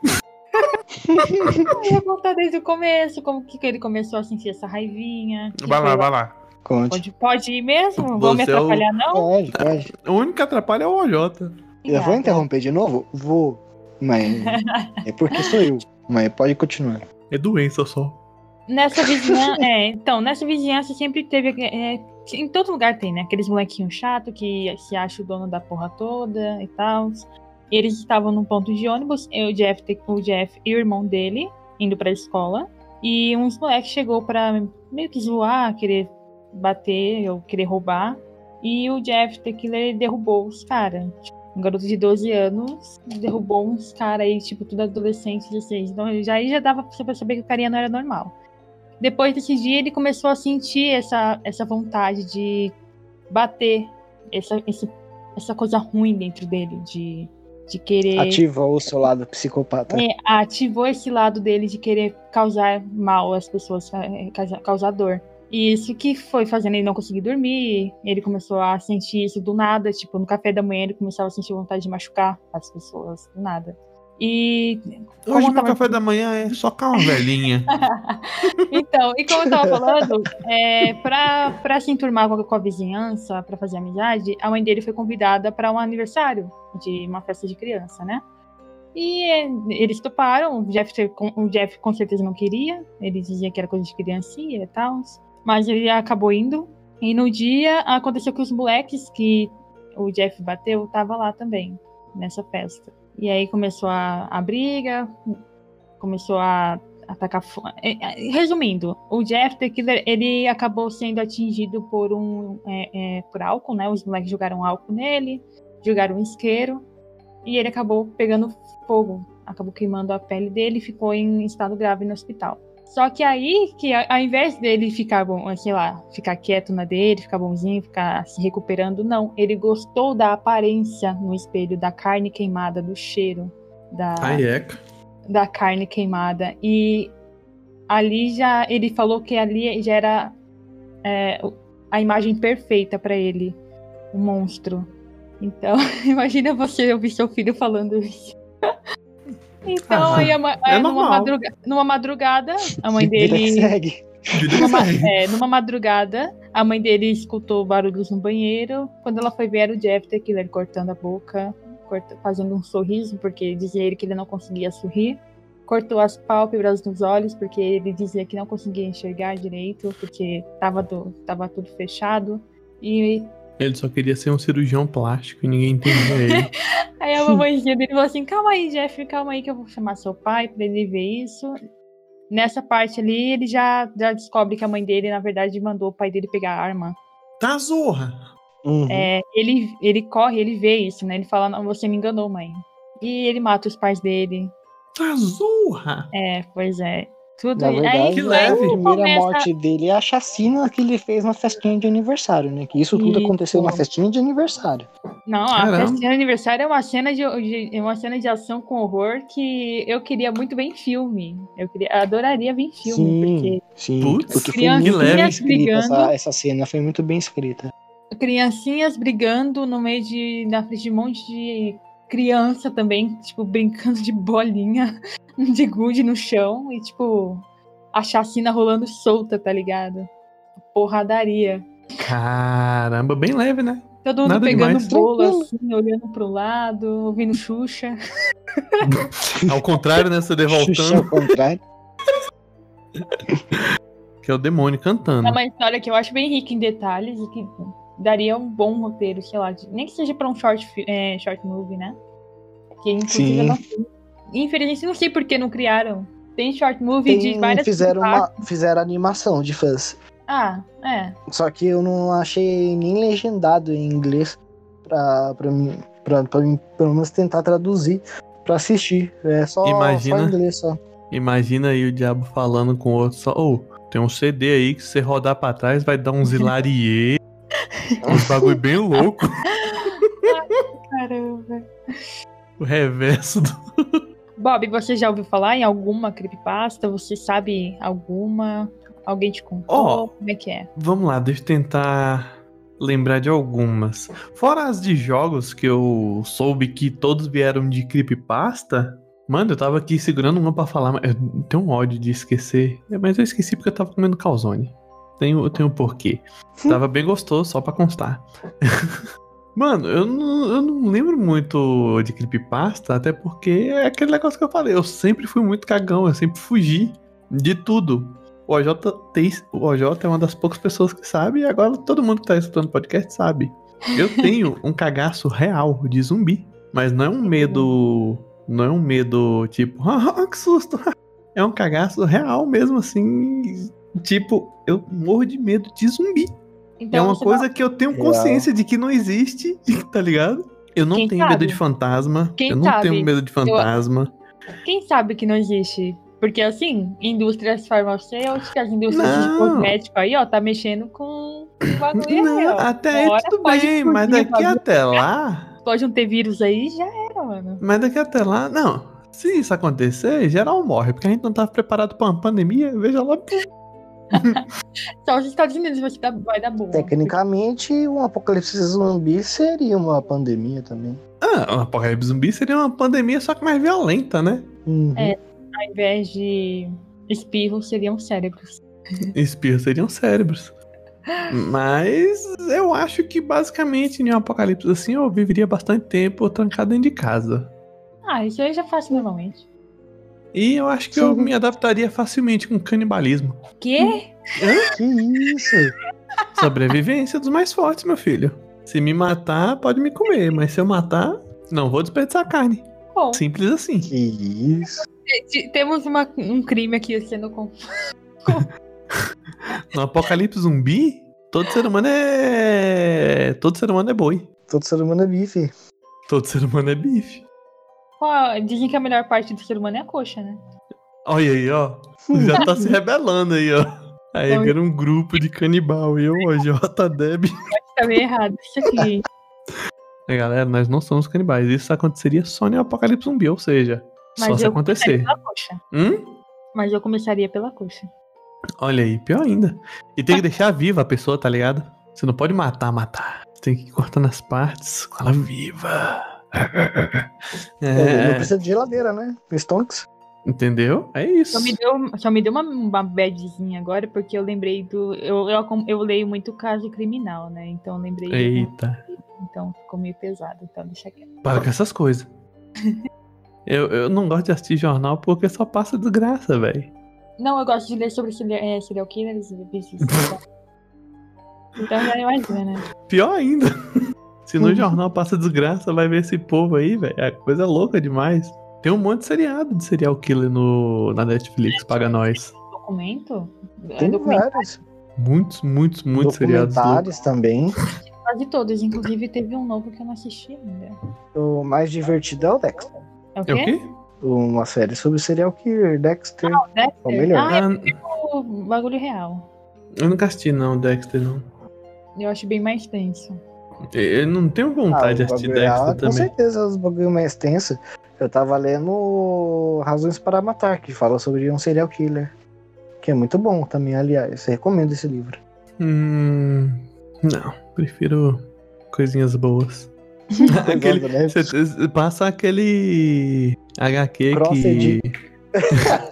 D: Eu ia contar desde o começo, como que ele começou a sentir essa raivinha. que
B: Vai lá,
D: foi-
B: vai lá.
C: Conte.
D: Pode, pode ir mesmo? Não Vão me
B: Você é o-
D: atrapalhar, não?
C: Pode, pode.
B: O único que atrapalha é o OJ.
C: Eu vou
D: Obrigada.
C: interromper de novo? Vou. Mas é porque sou eu. Mas pode continuar.
B: É doença só.
D: Nessa vizinhança, é, então, nessa vizinhança sempre teve. é, em todo lugar tem, né? Aqueles molequinhos chato que se acha o dono da porra toda e tal. E eles estavam num ponto de ônibus, eu, o Jeff, o Jeff e o irmão dele indo pra escola. E uns moleques chegou pra meio que zoar, querer bater ou querer roubar. E o Jeff The Killer derrubou os caras. Um garoto de 12 anos derrubou uns caras aí, tipo, tudo adolescente, 16. Então já, aí já dava pra saber que o carinha não era normal depois desse dia ele começou a sentir essa, essa vontade de bater essa, esse- essa coisa ruim dentro dele, de, de querer.
C: Ativa o seu lado psicopata.
D: É, ativou esse lado dele de querer causar mal às pessoas, é, causar- causar dor. E isso que foi fazendo ele não conseguir dormir, ele começou a sentir isso do nada, tipo, no café da manhã ele começava a sentir vontade de machucar as pessoas, do nada. E
B: Hoje
D: Como
B: meu
D: tava-
B: café da manhã é só com uma velhinha.
D: Então, e como eu tava falando, é, pra, pra se enturmar com a, com a vizinhança, pra fazer amizade, a mãe dele foi convidada pra um aniversário de uma festa de criança, né? E é, eles toparam, o Jeff, te- com- o Jeff com certeza não queria, ele dizia que era coisa de criancinha e tal, mas ele acabou indo. E no dia aconteceu que os moleques que o Jeff bateu tava lá também, nessa festa. E aí começou a, a briga, começou a atacar. fo- é, é, Resumindo, o Jeff the Killer ele acabou sendo atingido por um é, é, por álcool, né? Os moleques jogaram álcool nele, jogaram um isqueiro e ele acabou pegando fogo, acabou queimando a pele dele e ficou em estado grave no hospital. Só que aí, que a- ao invés dele ficar bom, é, sei lá, ficar quieto na dele, ficar bonzinho, ficar se recuperando, não. Ele gostou da aparência no espelho, da carne queimada, do cheiro, da
B: Hayek.
D: da carne queimada. E ali já ele falou que ali já era é, o- a imagem perfeita pra ele, o monstro. Então, imagina você ouvir seu filho falando isso. Então,
B: Ah,
D: aí, a ma- aí numa,
B: normal. é
D: madruga- numa madrugada, a mãe
C: Vida que
D: dele.
C: segue.
D: Numa, ma- é, numa madrugada, a mãe dele escutou barulhos no banheiro. Quando ela foi ver, era o Jeff the Killer cortando a boca, corta- fazendo um sorriso, porque dizia ele que ele não conseguia sorrir. Cortou as pálpebras dos olhos, porque ele dizia que não conseguia enxergar direito, porque tava, do- tava tudo fechado. E
B: Ele só queria ser um cirurgião plástico e ninguém entendia ele.
D: Aí a mamãezinha dele falou assim: calma aí, Jeff, calma aí que eu vou chamar seu pai pra ele ver isso. Nessa parte ali, ele já, já descobre que a mãe dele, na verdade, mandou o pai dele pegar a arma.
B: Tá zorra!
C: Uhum.
D: É, ele, ele corre, ele vê isso, né? Ele fala: não, você me enganou, mãe. E ele mata os pais dele.
B: Tá zorra!
D: É, pois é. né? Tudo
C: Na verdade,
B: que
D: aí,
B: leve.
C: a
D: aí que
C: primeira
D: começa-
C: morte dele é a chacina que ele fez na festinha de aniversário, né? Que isso tudo
D: Isso.
C: aconteceu na festinha de aniversário.
D: Não, a
B: Caramba.
D: festinha de aniversário é uma cena de, de- é uma cena de ação com horror que eu queria muito ver em filme. Eu queria, adoraria ver em filme, porque
C: sim.
B: Putz,
C: porque foi
D: crianças
C: muito bem
B: brigando.
C: escrita essa, essa cena, foi muito bem escrita.
D: criancinhas brigando no meio de. na frente de um monte de criança também, tipo, brincando de bolinha de gude no chão e, tipo, a chacina rolando solta, tá ligado? Porradaria.
B: Caramba, bem leve, né?
D: Todo mundo
B: Nada
D: pegando
B: demais.
D: bolo
C: Tranquilo.
D: assim, olhando pro lado, ouvindo Xuxa.
B: Ao contrário, né? Você
C: Xuxa
B: devoltando,
C: ao contrário.
B: que é o demônio cantando.
C: Hum.
D: É uma história que eu acho bem rica em detalhes e que daria um bom roteiro, sei lá, de- nem que seja pra um short, fi- é, short movie, né? Que inclusive
C: Sim.
D: eu não sei. Infelizmente não sei por que não criaram. Tem short movie de
C: Tem,
D: várias
C: fizeram, uma,
D: partes.
C: fizeram animação de fãs.
D: Ah, é.
C: Só que eu não achei nem legendado em inglês pra, pra, mim, pra, pra mim, pelo menos tentar traduzir pra assistir. É só,
B: Imagina.
C: só em inglês só.
B: Imagina aí o diabo falando com o outro só, ô, tem um CD aí que se você rodar pra trás vai dar uns hilarie, uns bagulho bem louco.
D: Caramba.
B: O reverso do...
D: Bob, você já ouviu falar em alguma creepypasta? Você sabe alguma? Alguém te contou?
B: Ó.
D: Como é que é?
B: Vamos lá, deixa eu tentar lembrar de algumas. Fora as de jogos que eu soube que todos vieram de creepypasta, mano, eu tava aqui segurando uma pra falar, mas eu tenho um ódio de esquecer. É, mas eu esqueci porque eu tava comendo calzone. Tem, o- tem um porquê. Tava bem gostoso, só pra constar. Mano, eu não, eu não lembro muito de creepypasta, até porque é aquele negócio que eu falei. Eu sempre fui muito cagão, eu sempre fugi de tudo. O OJ, tem, o OJ é uma das poucas pessoas que sabe, e agora todo mundo que tá escutando podcast sabe. Eu tenho um cagaço real de zumbi. Mas não é um medo. Não é um medo tipo, ah, que susto! É um cagaço real mesmo, assim. Tipo, eu morro de medo de zumbi é uma
D: Então, você
B: coisa que eu tenho
C: Real.
B: consciência de que não existe, tá ligado? Eu não
D: Quem
B: tenho
D: sabe?
B: medo de fantasma.
D: Quem
B: eu não
D: sabe?
B: tenho medo de fantasma.
D: Quem sabe que não existe? Porque assim, indústrias farmacêuticas, indústrias de
B: Não.
D: cosmético aí, ó, tá mexendo com o bagulho aí,
B: Não,
D: ó.
B: até aí
D: Uma hora
B: tudo
D: pode
B: bem, mas
D: explodir o
B: daqui
D: bagulho.
B: até lá.
D: Pode não ter vírus aí, já era, mano.
B: Mas daqui até lá, não. Se isso acontecer, geral morre, porque a gente não tava preparado pra uma pandemia, veja lá.
D: Só os Estados Unidos vai, se dar, vai dar boa.
C: Tecnicamente, um apocalipse zumbi seria uma pandemia também.
B: Ah, um apocalipse zumbi seria uma pandemia, só que mais violenta, né?
C: Uhum.
D: É. Ao invés de espirros, seriam cérebros.
B: Espirros seriam cérebros. Mas eu acho que basicamente em um apocalipse assim eu viveria bastante tempo trancado dentro de casa.
D: Ah, isso aí eu já faço normalmente.
B: E eu acho que eu
C: Sim.
B: me adaptaria facilmente com canibalismo.
D: Quê?
C: Que isso?
B: Sobrevivência dos mais fortes, meu filho. Se me matar, pode me comer, mas se eu matar, não vou desperdiçar carne.
D: Bom,
B: Simples assim.
C: Que isso?
D: T- Temos uma- um crime aqui sendo com.
B: No apocalipse zumbi, todo ser humano é. Todo ser humano é boi.
C: Todo ser humano é bife.
B: Todo ser humano é bife.
D: Qual- Dizem que a melhor parte do ser humano é a coxa, né?
B: Olha aí, ó. Já tá se rebelando aí, ó. Aí
D: Não.
B: era um grupo de canibal e eu, ó, Jota Deb.
D: Tá meio errado isso aqui.
B: É, galera, nós não somos canibais. Isso aconteceria só no apocalipse zumbi, ou seja,
D: Mas
B: só se
D: eu
B: acontecer.
D: Pela coxa.
B: Hum?
D: Mas eu começaria pela coxa.
B: Olha aí, pior ainda. E tem que
C: Ah.
B: deixar viva a pessoa, tá ligado? Você não pode matar, matar. Você tem que cortar nas partes com ela viva.
C: É, Não
B: É,
C: precisa de geladeira, né? Stonks.
B: entendeu? É isso.
D: Só me deu, só me deu uma, uma badzinha agora, porque eu lembrei do. Eu, eu, acom- eu leio muito caso criminal, né? Então eu lembrei. de-
B: Eita,
D: Então ficou meio pesado, então deixa quieto.
B: para com essas coisas. Eu, eu não gosto de assistir jornal porque só passa desgraça, velho.
D: Não, eu gosto de ler sobre serial, é, serial killers e vigilistas. Então já imagina, né?
B: Pior ainda. Se no
C: Uhum.
B: jornal passa desgraça, vai ver esse povo aí, velho. É coisa louca demais. Tem um monte de seriado de serial killer no, na Netflix, paga nós.
D: Documento? É
C: Tem
D: documento
C: vários.
B: Muitos, muitos, muitos seriados loucos.
C: Documentários também.
D: quase todos. Inclusive teve um novo que eu não assisti ainda.
C: O mais divertido é o Dexter.
D: É o
B: É o
D: quê?
B: quê?
C: Uma série sobre serial killer, Dexter.
D: Dexter?
C: É o melhor.
D: Ah,
B: Ah,
D: é o bagulho real.
B: eu nunca assisti, não, Dexter, não.
D: Eu acho bem mais tenso.
B: Eu não tenho
C: Ah,
B: vontade de
C: o
B: assistir
C: bagulho lá,
B: Dexter
C: Com
B: também.
C: certeza, é os bagulho mais tenso. Eu tava lendo Razões para Matar, que fala sobre um serial killer. Que é muito bom também, aliás. Eu recomendo esse livro.
B: Hum, não, prefiro coisinhas boas. Aquele-
C: Pesado, né?
B: Você passa aquele HQ
C: Crossed.
B: que.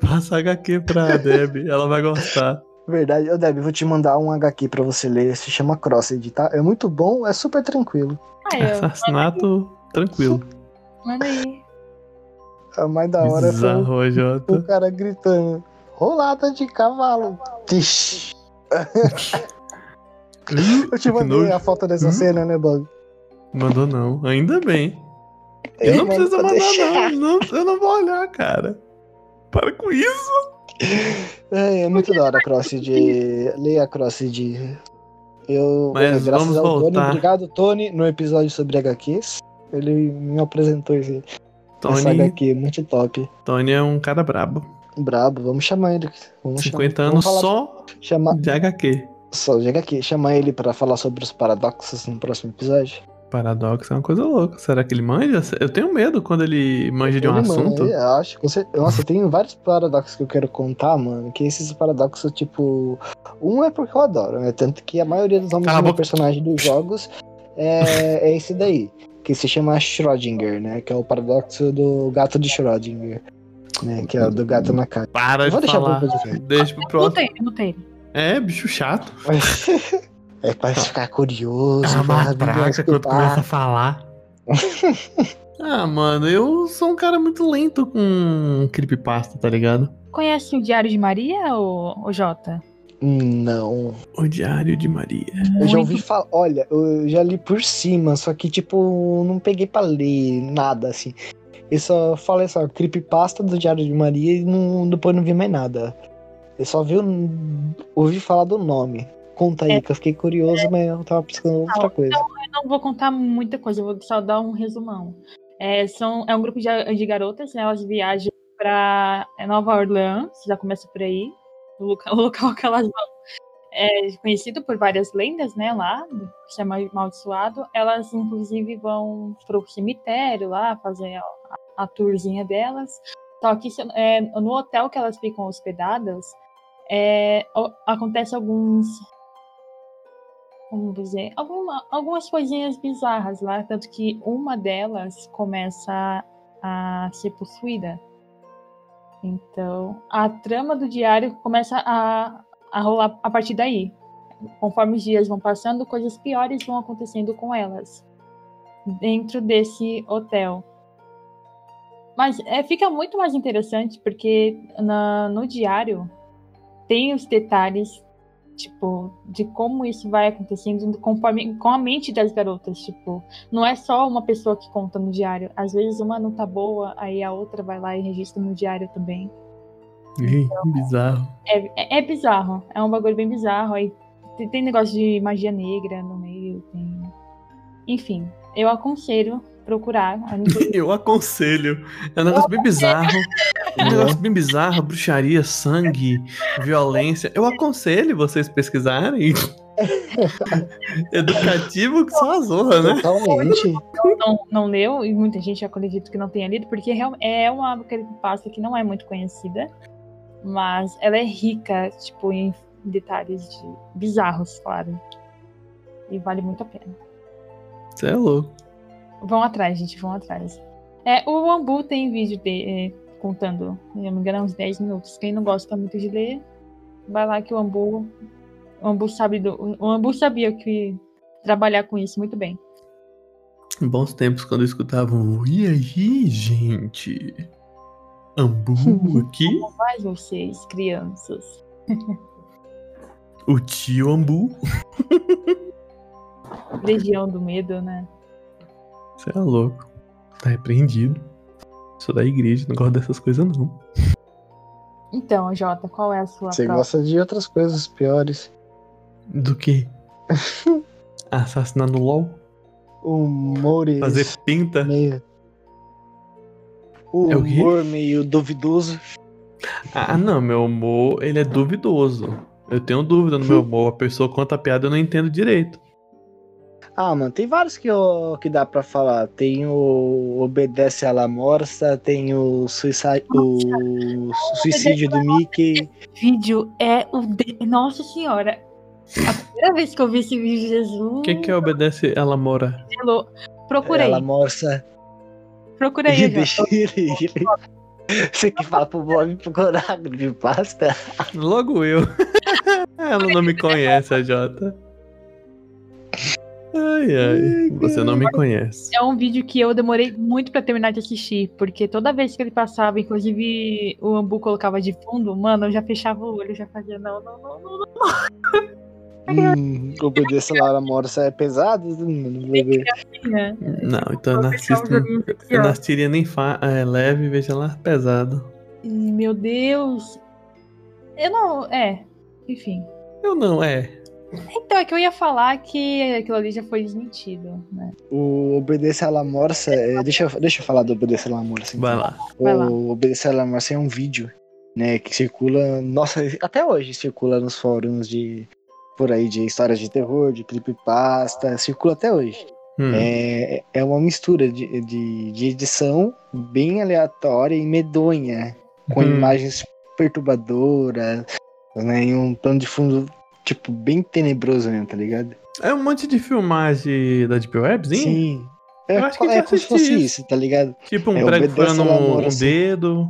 B: passa HQ pra Deb, ela vai gostar.
C: Verdade. Eu, Deb, vou te mandar um HQ pra você ler. Se chama Crossed, tá? É muito bom, é super tranquilo.
D: Ah, eu.
B: Assassinato tranquilo.
D: Manda aí.
C: A É mais da hora foi o-
B: Bizarro,
C: o
B: Jota.
C: cara gritando: Rolada de cavalo. Tixi. Eu te
B: Que
C: mandei
B: nojo.
C: a foto dessa
B: Hum?
C: cena, né, Bug?
B: Mandou não, ainda bem. E não precisa mandar, não. não. Eu não vou olhar, cara. Para com isso.
C: É, é muito da hora a Crossed. Leia a Crossed. Eu,
B: Mas
C: é, graças
B: vamos
C: ao Tony,
B: voltar.
C: obrigado, Tony, no episódio sobre HQs. Ele me apresentou esse, essa
B: Tony,
C: HQ, muito top.
B: Tony é um cara brabo.
C: Brabo, vamos chamar ele. Vamos
B: 50
C: chamar-
B: anos
C: vamos falar-
B: só
C: Chamar,
B: de HQ.
C: só de HQ, chamar ele pra falar sobre os paradoxos no próximo episódio.
B: Paradoxo é uma coisa louca. Será que ele manja? Eu tenho medo quando ele manja de um
C: Ele, mano,
B: assunto.
C: eu acho, com cer- Nossa, tem vários paradoxos que eu quero contar, mano. Que esses paradoxos, tipo. Um é porque eu adoro, né? Tanto que a maioria dos nomes
B: Cala a
C: do meu
B: boca.
C: personagem dos jogos é, é esse daí. Que se chama Schrödinger, né? Que é o paradoxo do gato de Schrödinger. Né, que é o do gato na caixa.
B: Para
C: Eu vou
B: de
C: deixar
B: falar.
C: pro podcast.
B: Deixa pro próximo.
D: Mutei, mutei.
B: É, bicho chato.
C: É pra ficar curioso.
B: É uma
C: pra
B: matraca quando
C: escutar.
B: começa a falar. ah, mano, eu sou um cara muito lento com creepypasta, tá ligado?
D: Conhece o Diário de Maria, o, o Jota?
C: Não.
B: O Diário de Maria.
C: Eu já
D: Muito.
C: ouvi falar, olha, eu já li por cima, só que, tipo, não peguei pra ler nada, assim. Eu só falei só, creepypasta do Diário de Maria e não, depois não vi mais nada. Eu só vi, o- ouvi falar do nome. Conta aí,
D: É.
C: que eu fiquei curioso, mas eu tava pesquisando outra coisa.
D: Eu não vou contar muita coisa, eu vou só dar um resumão. É, são, é um grupo de, de garotas, né? Elas viajam pra é, Nova Orleans, já começa por aí, o, loca- o local que elas vão. É conhecido por várias lendas, né? Lá, que chama Amaldiçoado. Elas, inclusive, vão pro cemitério lá, fazer a, a tourzinha delas. Só que se- é, no hotel que elas ficam hospedadas, é, o- acontece alguns como dizer, alguma- algumas coisinhas bizarras lá, tanto que uma delas começa a ser possuída. Então, a trama do diário começa a, a rolar a partir daí. Conforme os dias vão passando, coisas piores vão acontecendo com elas dentro desse hotel. Mas é, fica muito mais interessante porque na- no diário tem os detalhes Tipo, de como isso vai acontecendo conforme, com a mente das garotas. Tipo, não é só uma pessoa que conta no diário. Às vezes uma não tá boa, aí a outra vai lá e registra no diário também.
B: Ih, bizarro.
D: É, é, é bizarro. É um bagulho bem bizarro. Aí tem, tem negócio de magia negra no meio. Tem... Enfim, eu aconselho procurar. a Nicolas-
B: Eu aconselho. É um negócio bem bizarro. É um negócio bem bizarro, bruxaria, sangue, violência. Eu aconselho vocês pesquisarem. Educativo que só a zorra,
D: Então,
B: né?
C: Totalmente.
D: não, não leu, e muita gente acredito que não tenha lido, porque real- é uma creepypasta que não é muito conhecida, mas ela é rica, tipo, em detalhes de- bizarros, claro. E vale muito a pena.
B: Você é louco.
D: Vão atrás, gente, vão atrás. É, o Ambu tem vídeo de, é, contando, se não me engano, é uns 10 minutos. Quem não gosta muito de ler, vai lá que o Ambu. O Ambu sabe do. O Ambu sabia que trabalhar com isso muito bem.
B: Em bons tempos, quando eu escutava um, E aí, gente? Ambu aqui?
D: Mas vocês, crianças.
B: O tio Ambu?
D: Legião do medo, né?
B: Você é louco. Tá repreendido. Sou da igreja, não gosto dessas coisas, não.
D: Então, Jota, qual é a sua
C: Você
D: próxima?
C: gosta de outras coisas piores.
B: Do que? Assassinar no LOL?
C: Humores.
B: Fazer pinta?
C: meio.
B: É o quê?
C: Humor meio duvidoso.
B: Ah, não, meu humor, ele é duvidoso. Eu tenho dúvida no meu humor. A pessoa conta a piada, eu não entendo direito.
C: Ah, mano, tem vários que, eu- que dá pra falar. Tem o Obedece à La Morsa, tem o, suicide, o Suicídio do Mickey.
D: vídeo é o. de- Nossa Senhora! A primeira vez que eu vi esse vídeo, Jesus.
B: O que que é obedece ela mora?
D: Hello. Procurei,
C: Ela Morsa.
D: procurei, Jota.
C: Você que fala pro Bob procurar de pasta.
B: Logo eu. ela não me conhece, a Jota. Ai, ai. Você não me conhece.
D: É um vídeo que eu demorei muito pra terminar de assistir, porque toda vez que ele passava, inclusive o Ambu colocava de fundo, mano, eu já fechava o olho, já fazia não, não, não, não, não.
C: Hum, Obedeça à La Morsa é pesado, mano, bebê.
D: né?
B: Não, então eu não
D: Fechava os
B: assisto.
D: olhinhos aqui,
B: Eu
D: ó.
B: não assistiria nem fa é, leve, veja lá, pesado.
D: Ih, Meu Deus. Eu não. É. Enfim.
B: Eu não, é.
D: Então, é que eu ia falar que aquilo ali já foi desmentido, né?
C: O Obedecer à La Morsa, é, deixa, eu- deixa eu falar do Obedecer à La Morsa. então.
B: Vai lá.
D: Vai lá.
C: O Obedecer à La Morsa é um vídeo, né, que circula, nossa, até hoje circula nos fóruns de por aí de histórias de terror, de creepypasta, circula até hoje.
B: Hum.
C: É, é uma mistura de, de, de edição bem aleatória e medonha, com
B: Hum.
C: imagens perturbadoras, né, e um plano de fundo, tipo, bem tenebroso mesmo, tá ligado?
B: É um monte de filmagem da Deep Web, sim?
C: É,
B: Eu acho que
C: é
B: eu já
C: como se
B: assisti
C: fosse
B: isso.
C: isso. tá ligado?
B: Tipo um
C: É,
B: prego
C: obedece
B: furando
C: ao amor,
B: um, um
C: assim.
B: dedo,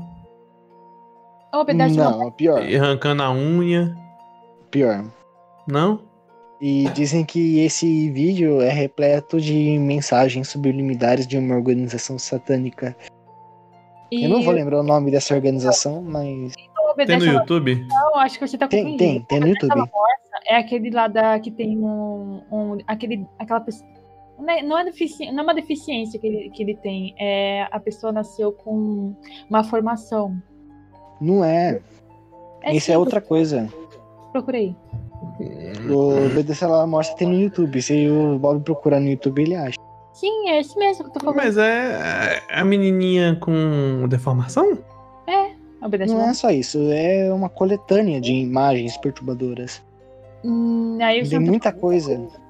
D: É um pedaço
C: não, é pior,
B: e arrancando a unha,
C: pior.
B: não?
C: E dizem que esse vídeo é repleto de mensagens subliminares de uma organização satânica.
D: E
C: Eu não vou lembrar o nome dessa organização, mas
D: não
B: Tem no
D: obedece a
B: YouTube?
D: não, acho que você tá
C: tem,
D: confundindo.
C: tem, tem no YouTube.
D: É aquele lá da, que tem um, um- aquele, aquela pessoa... Não é, não é defici- não é uma deficiência que ele, que ele tem, é a pessoa nasceu com uma formação.
C: Não é. Isso
D: sim,
C: é outra coisa.
D: Procurei.
C: O
B: Uhum.
C: Obedecer à Morsa tem no YouTube. Se o Bob procurar no YouTube, ele acha.
D: Sim, é esse mesmo que eu tô falando.
B: Mas é é a menininha com deformação?
D: Obedece a
C: Não
D: não.
C: é só isso, é uma coletânea de imagens perturbadoras.
D: Hum, aí você
C: é? Tem
D: não tá
C: muita
D: falando.
C: coisa.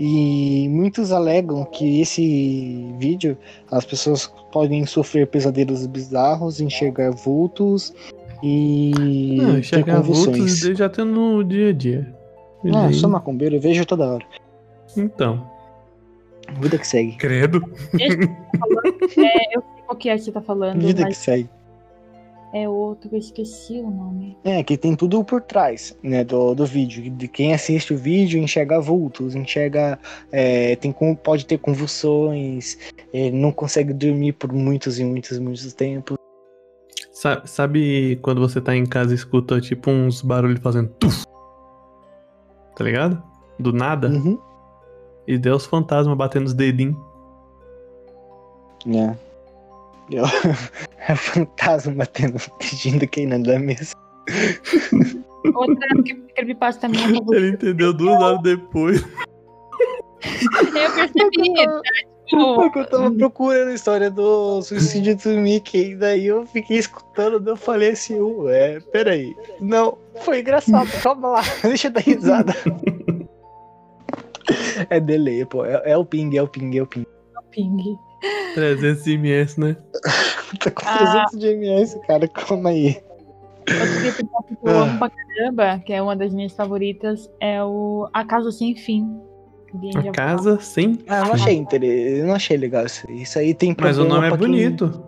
C: E muitos alegam que esse vídeo as pessoas podem sofrer pesadelos bizarros, enxergar vultos e
B: Não,
C: ter
B: enxergar vultos
C: convulsões.
B: eu já tenho no dia a dia.
C: Não, eu
B: Ele-
C: sou macumbeiro, eu vejo toda hora.
B: Então,
C: Vida que segue.
B: credo.
D: É, eu sei qual que é que você tá falando,
C: Vida que
D: mas
C: segue.
D: é outro, eu esqueci o nome.
C: É, que tem tudo por trás né, do, do vídeo. De quem assiste o vídeo enxerga vultos, enxerga. é, tem, con- pode ter convulsões, é, não consegue dormir por muitos e muitos, muitos tempos.
B: Sa- Sabe quando você tá em casa e escuta tipo uns barulhos fazendo tuf? tá ligado? Do nada.
C: Uhum.
B: E daí os fantasmas batendo os dedinhos.
C: É. Eu... É fantasma tendo pedindo quem não dá mesa.
D: Outra que creepypasta minha favorita.
B: Ele entendeu duas horas depois.
D: Eu percebi, tá? Tipo,
C: É Porque eu tava procurando a história do suicídio do Mickey, e daí eu fiquei escutando, daí eu falei assim, ué, peraí. Não, foi engraçado, calma lá, deixa eu dar risada. É delay, pô, é, é o ping, é o ping, é o ping.
D: ping.
B: 300 ms, né?
C: Tá com
D: Ah.
C: 300 de MS, cara, calma aí.
D: Outra creepypasta que eu
B: Ah.
D: amo pra caramba, que é uma das minhas favoritas, é o A Casa Sem Fim. Alguém já
B: A
D: falou?
B: casa sem.
C: Ah, eu não achei interessante, eu não achei legal isso aí. Isso aí tem
B: Mas
C: problema
B: o nome é
C: pra quem-
B: bonito.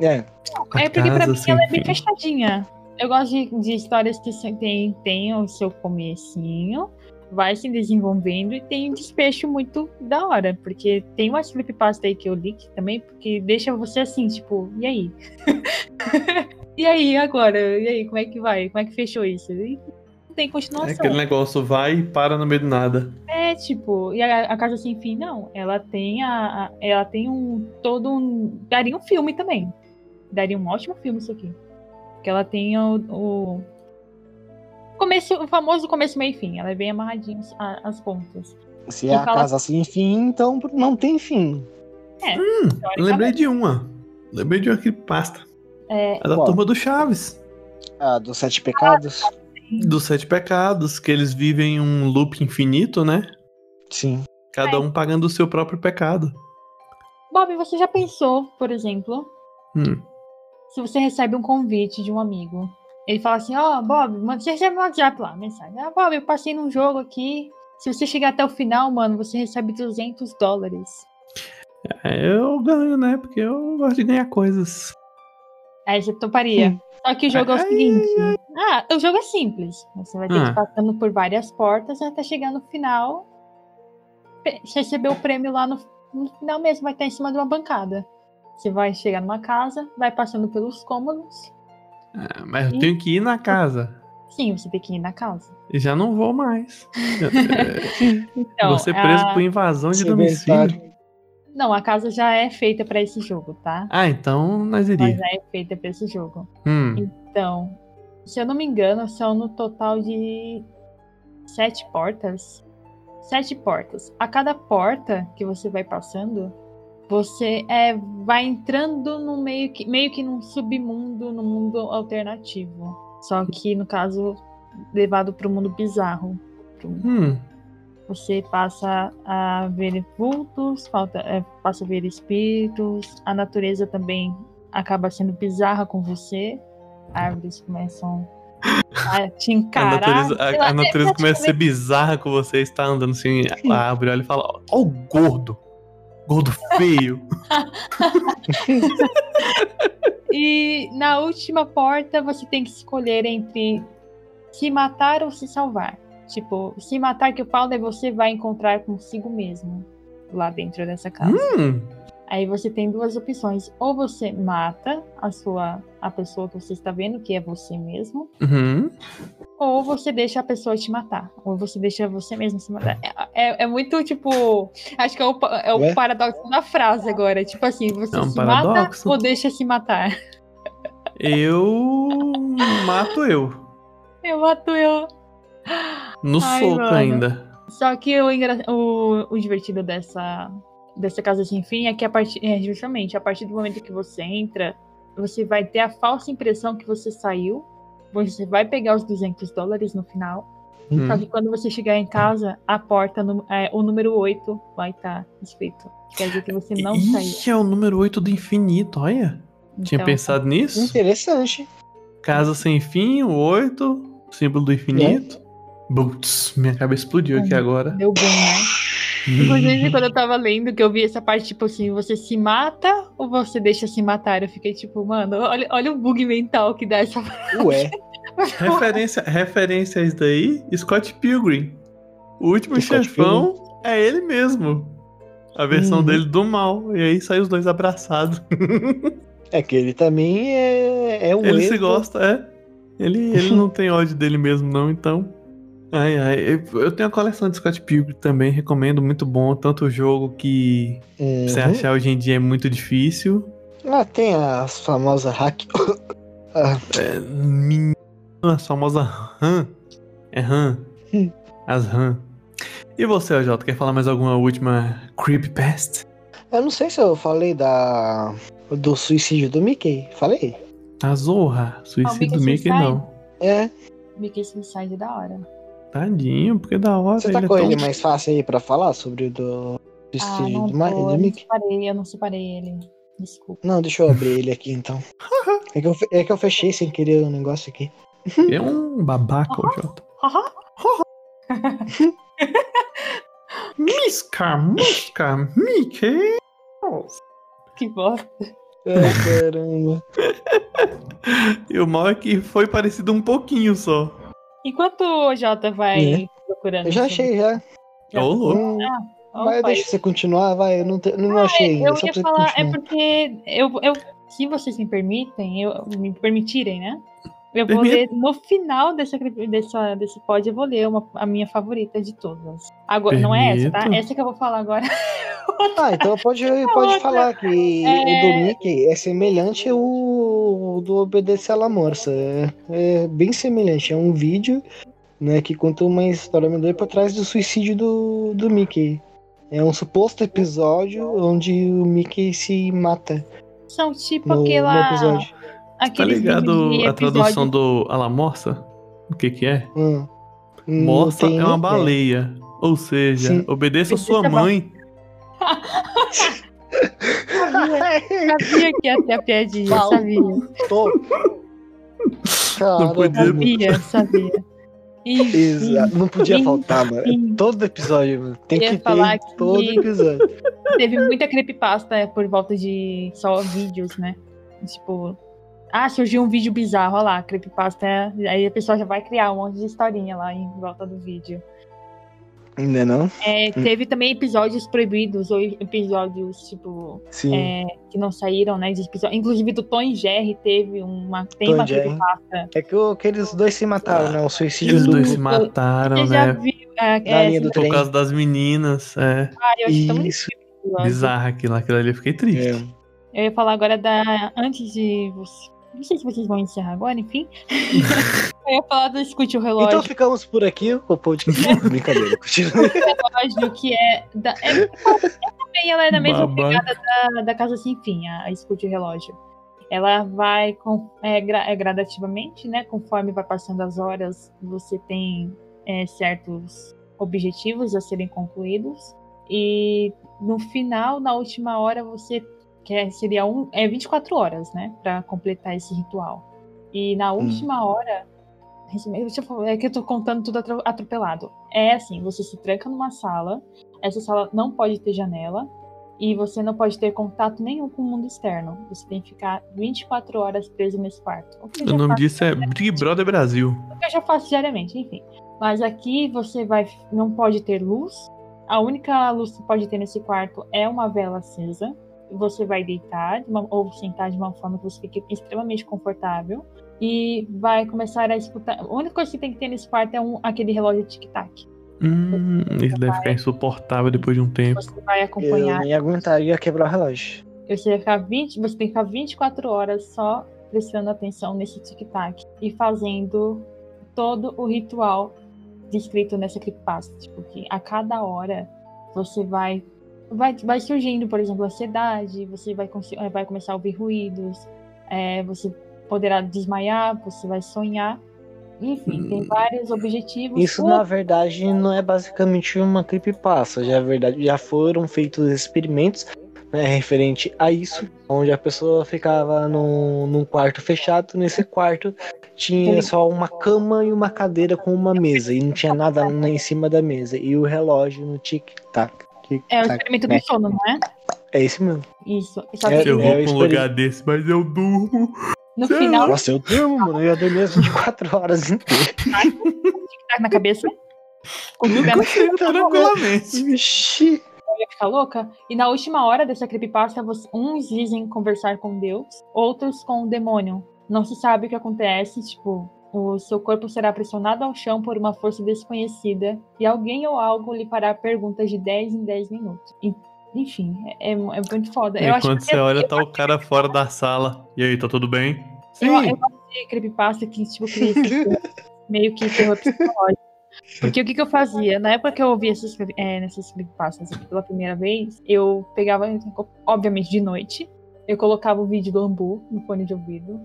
C: É,
B: A
D: É porque pra
B: casa
D: mim
B: sem
D: ela é bem
B: fim.
D: fechadinha. Eu gosto de, de histórias que se- tem, tem o seu comecinho, vai se desenvolvendo e tem um despecho muito da hora. Porque tem uma flipasta aí que eu li que também, porque deixa você assim, tipo, e aí? e aí, agora? E aí, como é que vai? Como é que fechou isso? E não tem
B: É
D: continuação.
B: aquele negócio vai e para no meio do nada.
D: É, tipo, e a, a Casa Sem Fim, não. Ela tem a. a- ela tem um. todo um. Daria um filme também. Daria um ótimo filme isso aqui. Porque ela tem o. o começo, o famoso começo, meio e fim. Ela é bem amarradinha as- a- as pontas.
C: se
D: E
C: é a
D: fala-
C: casa sem fim, então não tem fim.
B: Lembrei de uma. Lembrei de uma que pasta.
D: É,
B: A da
C: Qual?
B: turma do Chaves.
C: Ah, dos sete pecados?
B: Dos sete pecados, que eles vivem um loop infinito, né?
C: Sim.
B: Cada um pagando o seu próprio pecado.
D: Bob, você já pensou, por exemplo,
B: Hum.
D: se você recebe um convite de um amigo. Ele fala assim, ó, Bob, mano, você recebe um WhatsApp lá, mensagem. Ah, Bob, eu passei num jogo aqui. Se você chegar até o final, mano, você recebe 200 dólares.
B: É, Eu ganho, né? Porque eu gosto de ganhar coisas.
D: Aí você toparia. Só que o jogo é o
B: Ai,
D: seguinte. Ah, o jogo é simples. Você vai ter que
B: Ah.
D: ir passando por várias portas até chegar no final. pe- Receber o prêmio lá no, no final mesmo, vai estar em cima de uma bancada. Você vai chegar numa casa, vai passando pelos cômodos.
B: Ah, Mas eu tenho que ir na casa.
D: Sim, você tem que ir na casa.
B: E já não vou mais. Eu-
D: Então,
B: Vou ser preso
D: a...
B: por invasão de
C: Sim,
B: domicílio.
D: Não, a casa já é feita pra esse jogo, tá?
B: Ah, então nós
D: Ela
B: iríamos.
D: já é feita pra esse jogo.
B: Hum.
D: Então, se eu não me engano, são no total de sete portas. Sete portas. A cada porta que você vai passando, você é, vai entrando no meio que, meio que num submundo, num mundo alternativo. Só que, no caso, levado para o mundo bizarro.
B: Hum.
D: Você passa a ver vultos, falta- é, passa a ver espíritos, a natureza também acaba sendo bizarra com você. Árvores começam a te
B: A
D: encarar.
B: natureza,
D: sei
B: a-
D: lá,
B: a natureza
D: é
B: começa a ser bizarra com você, está andando assim,
D: Hum.
B: a árvore olha e fala, ó, ó o gordo, gordo feio.
D: E na última porta você tem que escolher entre se matar ou se salvar. Tipo, se matar que eu falo, daí você vai encontrar consigo mesmo lá dentro dessa casa.
B: hum,
D: Aí você tem duas opções. Ou você mata a sua a pessoa que você está vendo, que é você mesmo,
B: uhum.
D: ou você deixa a pessoa te matar. Ou você deixa você mesmo se matar. É, é- é muito tipo. Acho que é o, pa- é o
C: Ué?
D: paradoxo da frase agora. Tipo assim, você
B: É um
D: se
B: paradoxo.
D: mata ou deixa se matar.
B: Eu mato eu,
D: Eu mato eu.
B: no
D: Ai,
B: soco
D: mano.
B: ainda.
D: Só que o, engra- o- o divertido dessa, dessa casa sem fim é que a partir, é, justamente a partir do momento que você entra, você vai ter a falsa impressão que você saiu. Você vai pegar os 200 dólares no final.
B: Hum.
D: Só que quando você chegar em casa, a porta, nu- é, o número 8 vai estar escrito. Quer dizer que você não saiu.
B: Ixi, é o número 8 do infinito, olha. Tinha
D: Então,
B: pensado nisso?
C: Interessante.
B: Casa sem fim, o 8, símbolo do infinito.
D: Né?
B: Butz, minha cabeça explodiu aqui agora.
D: Deu bom, né? Uhum. Inclusive, quando eu tava lendo, que eu vi essa parte, tipo assim, você se mata ou você deixa se matar? Eu fiquei tipo, mano, olha, olha o bug mental que dá essa
C: Ué,
B: Referência, referência a isso daí, Scott Pilgrim. O último
C: Scott
B: chefão é ele mesmo. A versão
C: Uhum.
B: dele do mal. E aí saem os dois abraçados.
C: é que ele também é, é o
B: Ele se
C: erro.
B: gosta, é. Ele, ele não tem ódio dele mesmo, não, então. Ai, ai. eu- Eu tenho a coleção de Scott Pilgrim também, recomendo, muito bom. Tanto o jogo que
C: Uhum.
B: você achar hoje em dia é muito difícil.
C: Ah, tem as famosas hack. Ah,
B: É, menino, a famosa RAM. É RAM.
C: Hum.
B: As RAM. E você, OJ, quer falar mais alguma última creepypast?
C: eu não sei se eu falei da do suicídio do Mickey. Falei?
B: A Tá Zorra. Suicídio do Mickey,
D: Mickey
B: não.
C: É.
D: Mickey Suicide é da hora.
B: Tadinho, porque da hora
C: Você tá
B: ele
C: com
B: é tão...
C: ele mais fácil aí pra falar sobre o do
D: Ah,
C: suicídio
D: não,
C: do,
D: tô,
C: Ma-
D: eu
C: do
D: não
C: Mickey?
D: separei, eu não separei ele. Desculpa.
C: Não, deixa eu abrir ele aqui então. É que, eu, fe- é que eu fechei sem querer o negócio aqui.
B: É um babaca, OJ. Misca, Misca, Mickey.
D: que bosta.
C: Ai, caramba.
B: E o mal é que foi parecido um pouquinho só.
D: Enquanto o Jota vai
C: É.
D: procurando.
C: Eu já achei já.
B: Ô, louco.
C: Hum,
D: Opa,
C: Vai, deixa você continuar, vai. Eu não, te- não achei ainda.
D: eu
C: só
D: ia
C: pra
D: falar, é
C: continuar.
D: porque eu, eu, se vocês me permitem, eu, me permitirem, né? Eu vou
B: Permita.
D: ler no final dessa, dessa, desse pod, eu vou ler uma, a minha favorita de todas. Agora, não é essa, tá?
B: Permita.
D: Essa que eu vou falar agora.
C: Ah, então pode, pode
D: outra.
C: falar que
D: É.
C: o do Mickey é semelhante ao do Obedecer à La Morsa. É, é bem semelhante. É um vídeo né, que conta uma história meio por trás do suicídio do, do Mickey. É um suposto episódio onde o Mickey se mata
D: São tipo
C: no, no
D: aquela.
C: episódio.
B: Tá
D: aqueles
B: ligado
D: vídeos de
B: a tradução
D: episódio-
B: do Alamorça? O que que é?
C: Hum. Não
B: Morsa
C: tem
B: é uma
C: nem ideia.
B: baleia. Ou seja,
C: Sim.
B: obedeça a sua
D: Obedeça a ba-
B: mãe.
D: Sabia que ia ter a piadinha,
C: Fala.
D: sabia.
C: Tô.
B: Não podia-
C: Caramba.
D: Sabia, sabia. Enfim,
C: Exato. Não podia faltar, mano.
D: Sim.
C: É todo episódio, mano. Tem
D: Eu ia
C: que
D: falar
C: ter
D: que-
C: todo episódio.
D: teve muita creepypasta é, por volta de só vídeos, né? Tipo, ah, surgiu um vídeo bizarro, olha lá, creepypasta. é- Aí a pessoa já vai criar um monte de historinha lá em volta do vídeo.
C: Ainda não?
D: É, teve também episódios proibidos, ou episódios, tipo,
C: Sim.
D: é, que não saíram, né? De episódio. Inclusive do Tom e Jerry teve uma. Tem
C: Tom e
D: uma
C: Jerry.
D: creepypasta.
C: É que o- aqueles dois se mataram, né? O suicídio
B: Eles
C: do
B: dois se
D: eu-
B: mataram,
D: Você já
B: né?
D: viu? É,
C: Na
D: é,
C: linha do
B: Por
C: trem.
B: causa das meninas. É
D: ah, eu acho tão
C: Isso.
D: maravilhoso.
B: bizarro aquilo. Aquilo ali eu fiquei triste.
C: É.
D: Eu ia falar agora da. Antes de. você- Não sei se vocês vão encerrar agora, enfim. eu ia falar do Escute o Relógio,
C: Então ficamos por aqui. O podcast. Brincadeira, continua.
D: relógio, que é. Da... é- é também ela é na mesma
B: Babaca.
D: pegada da, da Casa Sem Fim, a, a Escute o Relógio. Ela vai com, é, gra- é gradativamente, né? Conforme vai passando as horas, você tem é, certos objetivos a serem concluídos. E no final, na última hora, você quer seria um, é 24 horas, né, Pra completar esse ritual. E na última hora, deixa eu falar, é que eu tô contando tudo atro- atropelado. É assim, você se tranca numa sala, essa sala não pode ter janela e você não pode ter contato nenhum com o mundo externo. Você tem que ficar 24 horas preso nesse quarto. O que eu
B: O
D: já
B: nome
D: faço
B: disso é Big Brother Brasil.
D: que eu já faço diariamente, enfim. Mas aqui você vai, não pode ter luz. A única luz que pode ter nesse quarto é uma vela acesa. Você vai deitar de uma- ou sentar de uma forma que você fique extremamente confortável e vai começar a escutar. A única coisa que tem que ter nesse quarto é um, aquele relógio tic-tac.
B: Hum, isso deve ficar insuportável depois de um tempo.
D: Você vai
C: Eu
D: acompanhar.
C: nem aguentaria quebrar o relógio.
D: Você vai ficar 20, você tem que ficar 24 horas só prestando atenção nesse tic-tac e fazendo todo o ritual descrito nessa creepypasta. Tipo, que a cada hora você vai, vai, vai surgindo, por exemplo, ansiedade, você vai, consi- eh, vai começar a ouvir ruídos, eh, você poderá desmaiar, você vai sonhar. Enfim, tem vários objetivos.
C: Hum, Isso,
D: O-
C: na verdade, não é basicamente uma creepypasta. Já, é verdade, já foram feitos experimentos né, referente a isso, onde a pessoa ficava num, num quarto fechado. Nesse quarto tinha só uma cama e uma cadeira com uma mesa, e não tinha nada na- em cima da mesa. E o relógio no tic-tac.
D: é o
C: tic-tac.
D: experimento do sono, não é?
C: É esse mesmo.
D: Isso. Só que
C: Né. É,
B: Se eu vou
C: é, eu
B: pra um
C: espero-
B: lugar desse, mas eu durmo.
D: no
B: sei
D: final,
C: Nossa, eu durmo, mano. Eu ia dormir as 24 horas inteiras.
D: tic-tac tá na cabeça. Com o pé
C: Tá
D: na
B: Consigo tranquilamente.
C: Vixi.
D: ia ficar louca. E na última hora dessa creepypasta, você- uns dizem conversar com Deus, outros com o demônio. Não se sabe o que acontece, tipo, O seu corpo será pressionado ao chão por uma força desconhecida e alguém ou algo lhe fará perguntas de 10 em 10 minutos. E, enfim, é, é muito foda. Eu acho
B: Enquanto
D: que
B: você
D: eu-
B: olha,
D: eu
B: tá o cara fora da sala. E aí, tá tudo bem? Sim.
D: Eu, eu achei creepypasta que, tipo, cria esse- meio que terror psicológico. Porque o que, que eu fazia? Na época que eu ouvi essas, cre- é, nessas creepypastas aqui pela primeira vez, eu pegava, obviamente, de noite. Eu colocava o vídeo do Ambu no fone de ouvido,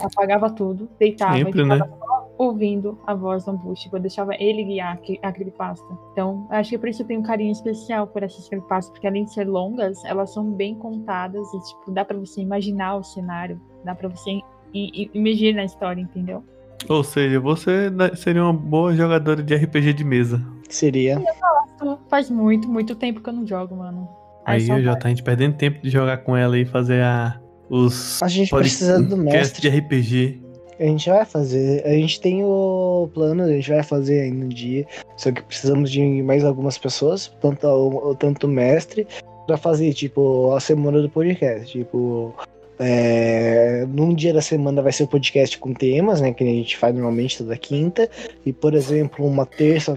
D: apagava tudo, deitava e
B: Sempre,
D: ficava
B: né?
D: só ouvindo a voz do Ambu. Tipo, eu deixava ele guiar a cre- a creepypasta. Então, eu acho que por isso eu tenho um carinho especial por essas creepypastas, porque além de ser longas, elas são bem contadas e, tipo, dá pra você imaginar o cenário, dá pra você e, e imergir na história, entendeu?
B: Ou seja, você da- seria uma boa jogadora de RPG de mesa.
C: Seria.
D: Então, Faz muito, muito tempo que eu não jogo, mano. Ai,
B: Aí
D: saudade.
B: já tá a gente perdendo tempo de jogar com ela e fazer a, os
C: A gente
B: podcasts
C: precisa do mestre.
B: de RPG.
C: A gente vai fazer. A gente tem o plano, a gente vai fazer ainda um dia. Só que precisamos de mais algumas pessoas, tanto o, o- tanto o mestre, pra fazer, tipo, a semana do podcast. Tipo, é, num dia da semana vai ser o podcast com temas, né? Que a gente faz normalmente toda quinta. E, por exemplo, uma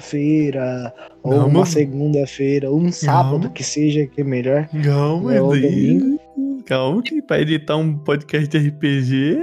C: terça-feira, ou
B: Não,
C: uma
B: mano.
C: segunda-feira, ou um sábado,
B: Não.
C: que seja, que é melhor.
B: Calma,
C: Não,
B: Edu. Calma, que pra editar um podcast de RPG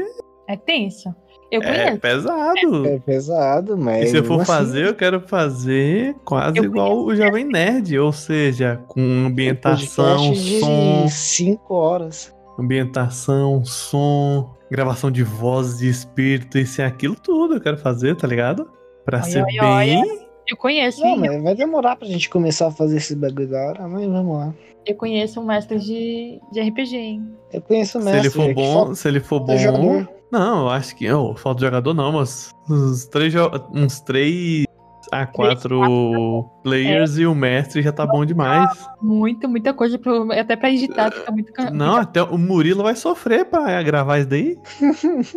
D: É tenso. Eu
B: é
D: conheço.
B: pesado.
C: É pesado,
B: E
C: mas.
B: se eu for
C: mesmo assim,
B: fazer, eu quero fazer quase
D: Eu
B: igual o Jovem Nerd, ou seja, com
C: é
B: ambientação,
C: podcast de
B: som,
C: cinco horas.
B: ambientação, som, gravação de voz, de espírito, isso e aquilo tudo eu quero fazer, tá ligado? Pra
D: Olha,
B: ser
D: olha,
B: bem.
D: Eu conheço,
C: Não,
D: hein?
C: mas vai demorar pra gente começar a fazer esses bagulho da hora, mas vamos lá.
D: Eu conheço um mestre de, de RPG, hein?
C: Eu conheço o
B: Se
C: mestre.
B: ele for
C: né, assim, é que
B: bom,
C: falta
B: se ele for
C: o
B: bom.
C: jogador.
B: Não, eu acho que. Oh, falta de jogador não, mas uns três, jo- uns três a quatro players
C: É.
B: e o mestre já tá bom demais.
C: Ah,
D: Muito, muita coisa. Pro, até pra editar, fica muito. ca-
B: Não,
D: fica-
B: até o Murilo vai sofrer pra gravar isso daí.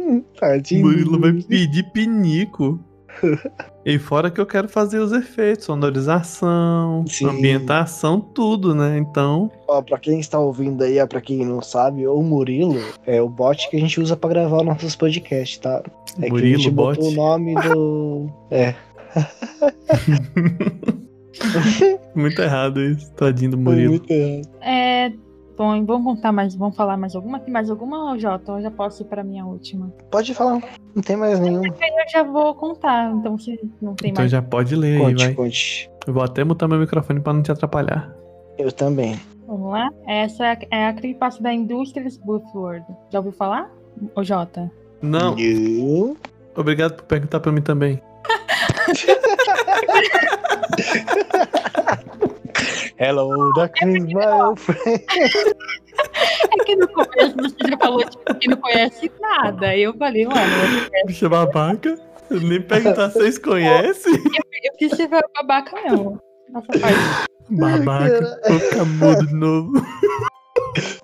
B: O
C: Tadinho.
B: Murilo vai pedir pinico. e fora que eu quero fazer os efeitos, sonorização,
C: Sim.
B: ambientação, tudo, né? Então,
C: Ó, pra quem está ouvindo aí, ó, pra quem não sabe, o Murilo é o bot que a gente usa pra gravar nossos podcasts, tá? É que a gente
B: Murilo, bot.
C: botou o nome do. É.
B: Muito errado isso, tadinho do Murilo.
C: Muito errado.
D: É. Bom, vamos contar mais. Vamos falar mais alguma? Tem mais alguma, ô, Jota? Eu já posso ir pra minha última.
C: Pode falar, não tem mais nenhum.
D: Eu já vou contar, então se não tem
B: Então
D: mais.
B: já pode ler aí,
C: Conte,
B: vai.
C: conte.
B: Eu vou até mutar meu microfone pra não te atrapalhar.
C: Eu também.
D: Vamos lá? Essa é a- é a creepypasta da Industries Buffworld. Já ouviu falar, ô Jota?
B: Não,
C: Eu...
B: obrigado por perguntar pra mim também.
C: Hello, da Christmas.
D: É que no começo você já falou tipo, que não conhece nada. Eu falei, mano,
B: Bicho é babaca. Eu Nem perguntar se vocês conhecem.
D: eu quis ser babaca mesmo. Nossa parte.
B: Babaca. Vou ficar mudo de novo.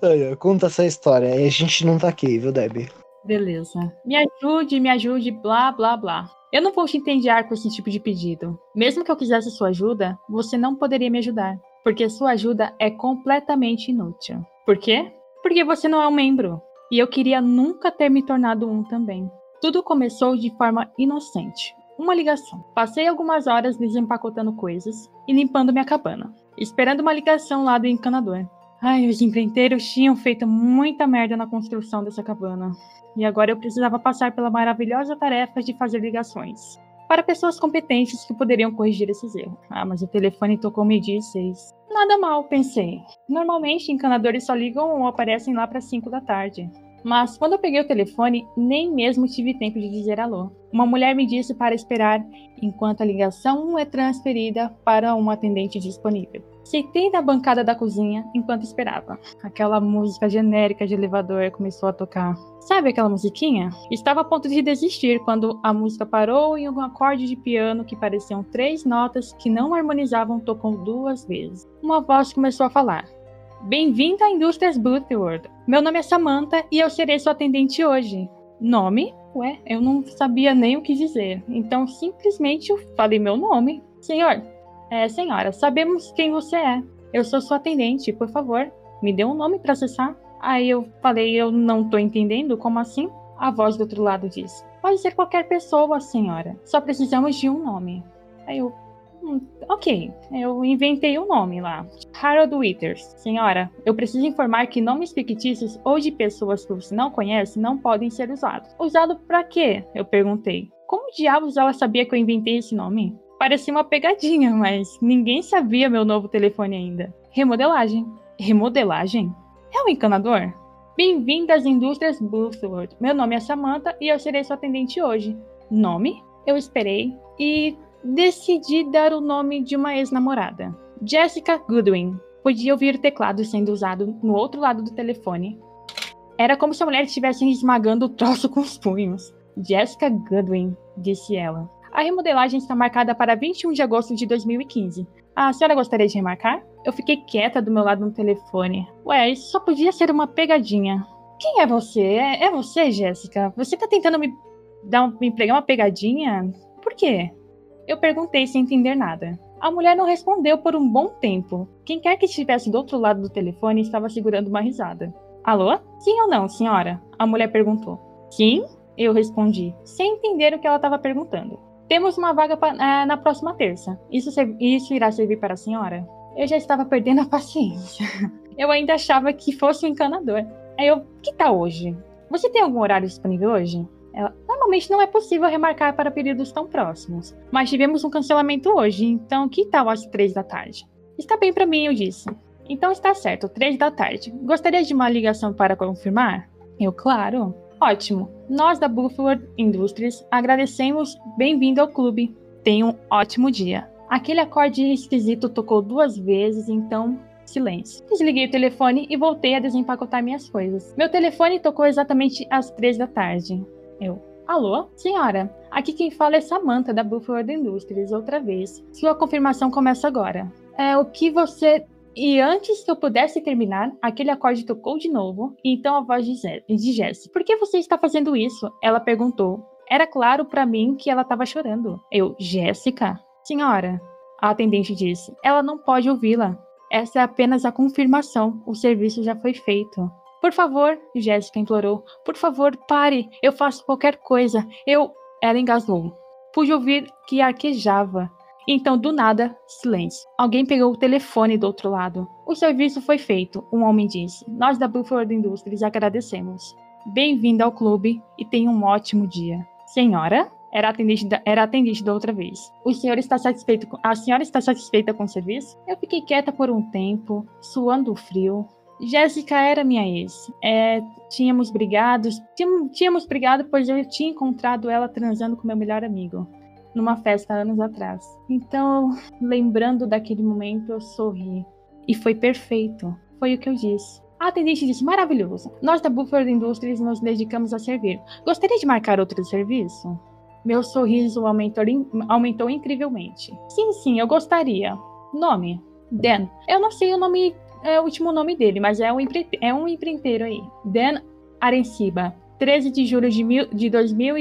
C: Aí, ó, Conta essa história. aí A gente não tá aqui, viu, Debbie?
D: Beleza. Me ajude, me ajude, blá, blá, blá. Eu não vou te entender com esse tipo de pedido. Mesmo que eu quisesse sua ajuda, você não poderia me ajudar. Porque sua ajuda é completamente inútil. Por quê? Porque você não é um membro. E eu queria nunca ter me tornado um também. Tudo começou de forma inocente. Uma ligação. Passei algumas horas desempacotando coisas e limpando minha cabana, esperando uma ligação lá do encanador. Ai, os empreiteiros tinham feito muita merda na construção dessa cabana. E agora eu precisava passar pela maravilhosa tarefa de fazer ligações. Para pessoas competentes que poderiam corrigir esses erros. Ah, mas o telefone tocou meio-dia e seis. Nada mal, pensei. Normalmente, encanadores só ligam ou aparecem lá para cinco da tarde. Mas quando eu peguei o telefone, nem mesmo tive tempo de dizer alô. Uma mulher me disse para esperar enquanto a ligação é transferida para um atendente disponível. Sentei na bancada da cozinha enquanto esperava. Aquela música genérica de elevador começou a tocar. Sabe aquela musiquinha? Estava a ponto de desistir quando a música parou e um acorde de piano que pareciam três notas que não harmonizavam tocou duas vezes. Uma voz começou a falar. Bem-vinda à Indústrias Butterworld. Meu nome é Samantha e eu serei sua atendente hoje. Nome? Ué, eu não sabia nem o que dizer. Então simplesmente eu falei meu nome. Senhor, é, senhora, sabemos quem você é. Eu sou sua atendente, por favor, me dê um nome para acessar. Aí eu falei, eu não tô entendendo, como assim? A voz do outro lado diz: Pode ser qualquer pessoa, senhora. Só precisamos de um nome. Aí eu. "Hum, ok, eu inventei um nome lá. Harold Withers. Senhora, eu preciso informar que nomes fictícios ou de pessoas que você não conhece não podem ser usados. Usado pra quê? Eu perguntei. Como diabos ela sabia que eu inventei esse nome? Parecia uma pegadinha, mas ninguém sabia meu novo telefone ainda. Remodelagem. Remodelagem? É um encanador? Bem-vindo às indústrias Bluefield. Meu nome é Samantha e eu serei sua atendente hoje. Nome? Eu esperei e decidi dar o nome de uma ex-namorada. Jessica Goodwin. Podia ouvir o teclado sendo usado no outro lado do telefone. Era como se a mulher estivesse esmagando o troço com os punhos. Jessica Goodwin, disse ela. A remodelagem está marcada para 21 de agosto de 2015. A senhora gostaria de remarcar? Eu fiquei quieta do meu lado no telefone. Ué, isso só podia ser uma pegadinha. Quem é você? É, é você, Jéssica? Você tá tentando me dar um- me pregar uma pegadinha? Por quê? Eu perguntei sem entender nada. A mulher não respondeu por um bom tempo. Quem quer que estivesse do outro lado do telefone estava segurando uma risada. Alô? Sim ou não, senhora? A mulher perguntou. Sim? Eu respondi, sem entender o que ela estava perguntando. Temos uma vaga pa- ah, na próxima terça. Isso, ser- isso irá servir para a senhora? Eu já estava perdendo a paciência. Eu ainda achava que fosse um encanador. Aí eu, que tá hoje? Você tem algum horário disponível hoje? Ela, normalmente não é possível remarcar para períodos tão próximos, mas tivemos um cancelamento hoje, então que tal às três da tarde? Está bem para mim, eu disse. Então está certo, três da tarde. Gostaria de uma ligação para confirmar? Eu, claro. Ótimo. Nós da Buffalo Industries agradecemos. Bem-vindo ao clube. Tenha um ótimo dia. Aquele acorde esquisito tocou duas vezes, então silêncio. Desliguei o telefone e voltei a desempacotar minhas coisas. Meu telefone tocou exatamente às três da tarde. Eu. Alô? Senhora, aqui quem fala é Samantha da Buffalo Industries, outra vez. Sua confirmação começa agora. É o que você e antes que eu pudesse terminar, aquele acorde tocou de novo, e então a voz de, Zé, de Jess. Por que você está fazendo isso? Ela perguntou. Era claro pra mim que ela estava chorando. Eu, Jéssica? Senhora, a atendente disse. Ela não pode ouvi-la. Essa é apenas a confirmação. O serviço já foi feito. Por favor, Jéssica implorou. Por favor, pare. Eu faço qualquer coisa. Eu. Ela engasgou. Pude ouvir que arquejava. Então, do nada, silêncio. Alguém pegou o telefone do outro lado. O serviço foi feito, um homem disse. Nós da Buford Industries agradecemos. Bem-vindo ao clube e tenha um ótimo dia. Senhora? Era a atendente da, era a atendente da outra vez. O senhor está satisfeito com, a senhora está satisfeita com o serviço? Eu fiquei quieta por um tempo, suando o frio. Jéssica era minha ex. É, tínhamos brigado, tínhamos, tínhamos brigado pois eu tinha encontrado ela transando com meu melhor amigo numa festa anos atrás. Então, lembrando daquele momento, eu sorri. E foi perfeito. Foi o que eu disse. A atendente disse: maravilhoso. Nós da Buffer Industries nos dedicamos a servir. Gostaria de marcar outro serviço? Meu sorriso aumentou, in- aumentou incrivelmente. Sim, sim, eu gostaria. Nome: Dan. Eu não sei o nome, é, o último nome dele, mas é um, empre- é um empreiteiro aí. Dan Arenciba. 13 de julho de, mil, de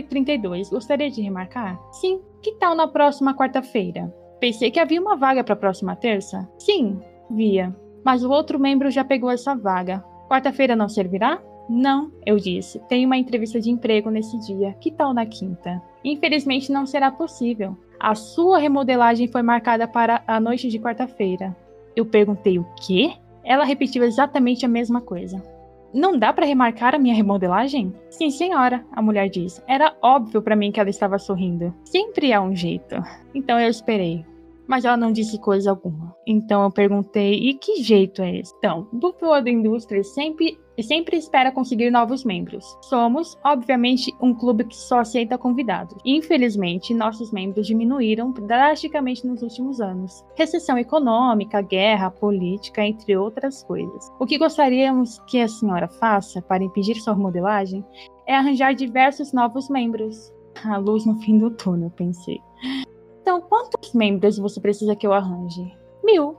D: 2032. Gostaria de remarcar? Sim. Que tal na próxima quarta-feira? Pensei que havia uma vaga para a próxima terça. Sim, via. Mas o outro membro já pegou essa vaga. Quarta-feira não servirá? Não, eu disse. Tenho uma entrevista de emprego nesse dia. Que tal na quinta? Infelizmente não será possível. A sua remodelagem foi marcada para a noite de quarta-feira. Eu perguntei o quê? Ela repetiu exatamente a mesma coisa. Não dá pra remarcar a minha remodelagem? Sim, senhora, a mulher diz. Era óbvio pra mim que ela estava sorrindo. Sempre há um jeito. Então eu esperei. Mas ela não disse coisa alguma. Então eu perguntei: e que jeito é esse? Então, Duplo da Indústria sempre, sempre espera conseguir novos membros. Somos, obviamente, um clube que só aceita convidados. Infelizmente, nossos membros diminuíram drasticamente nos últimos anos. Recessão econômica, guerra, política, entre outras coisas. O que gostaríamos que a senhora faça para impedir sua remodelagem é arranjar diversos novos membros. A luz no fim do túnel, pensei. Então, quantos membros você precisa que eu arranje? Mil.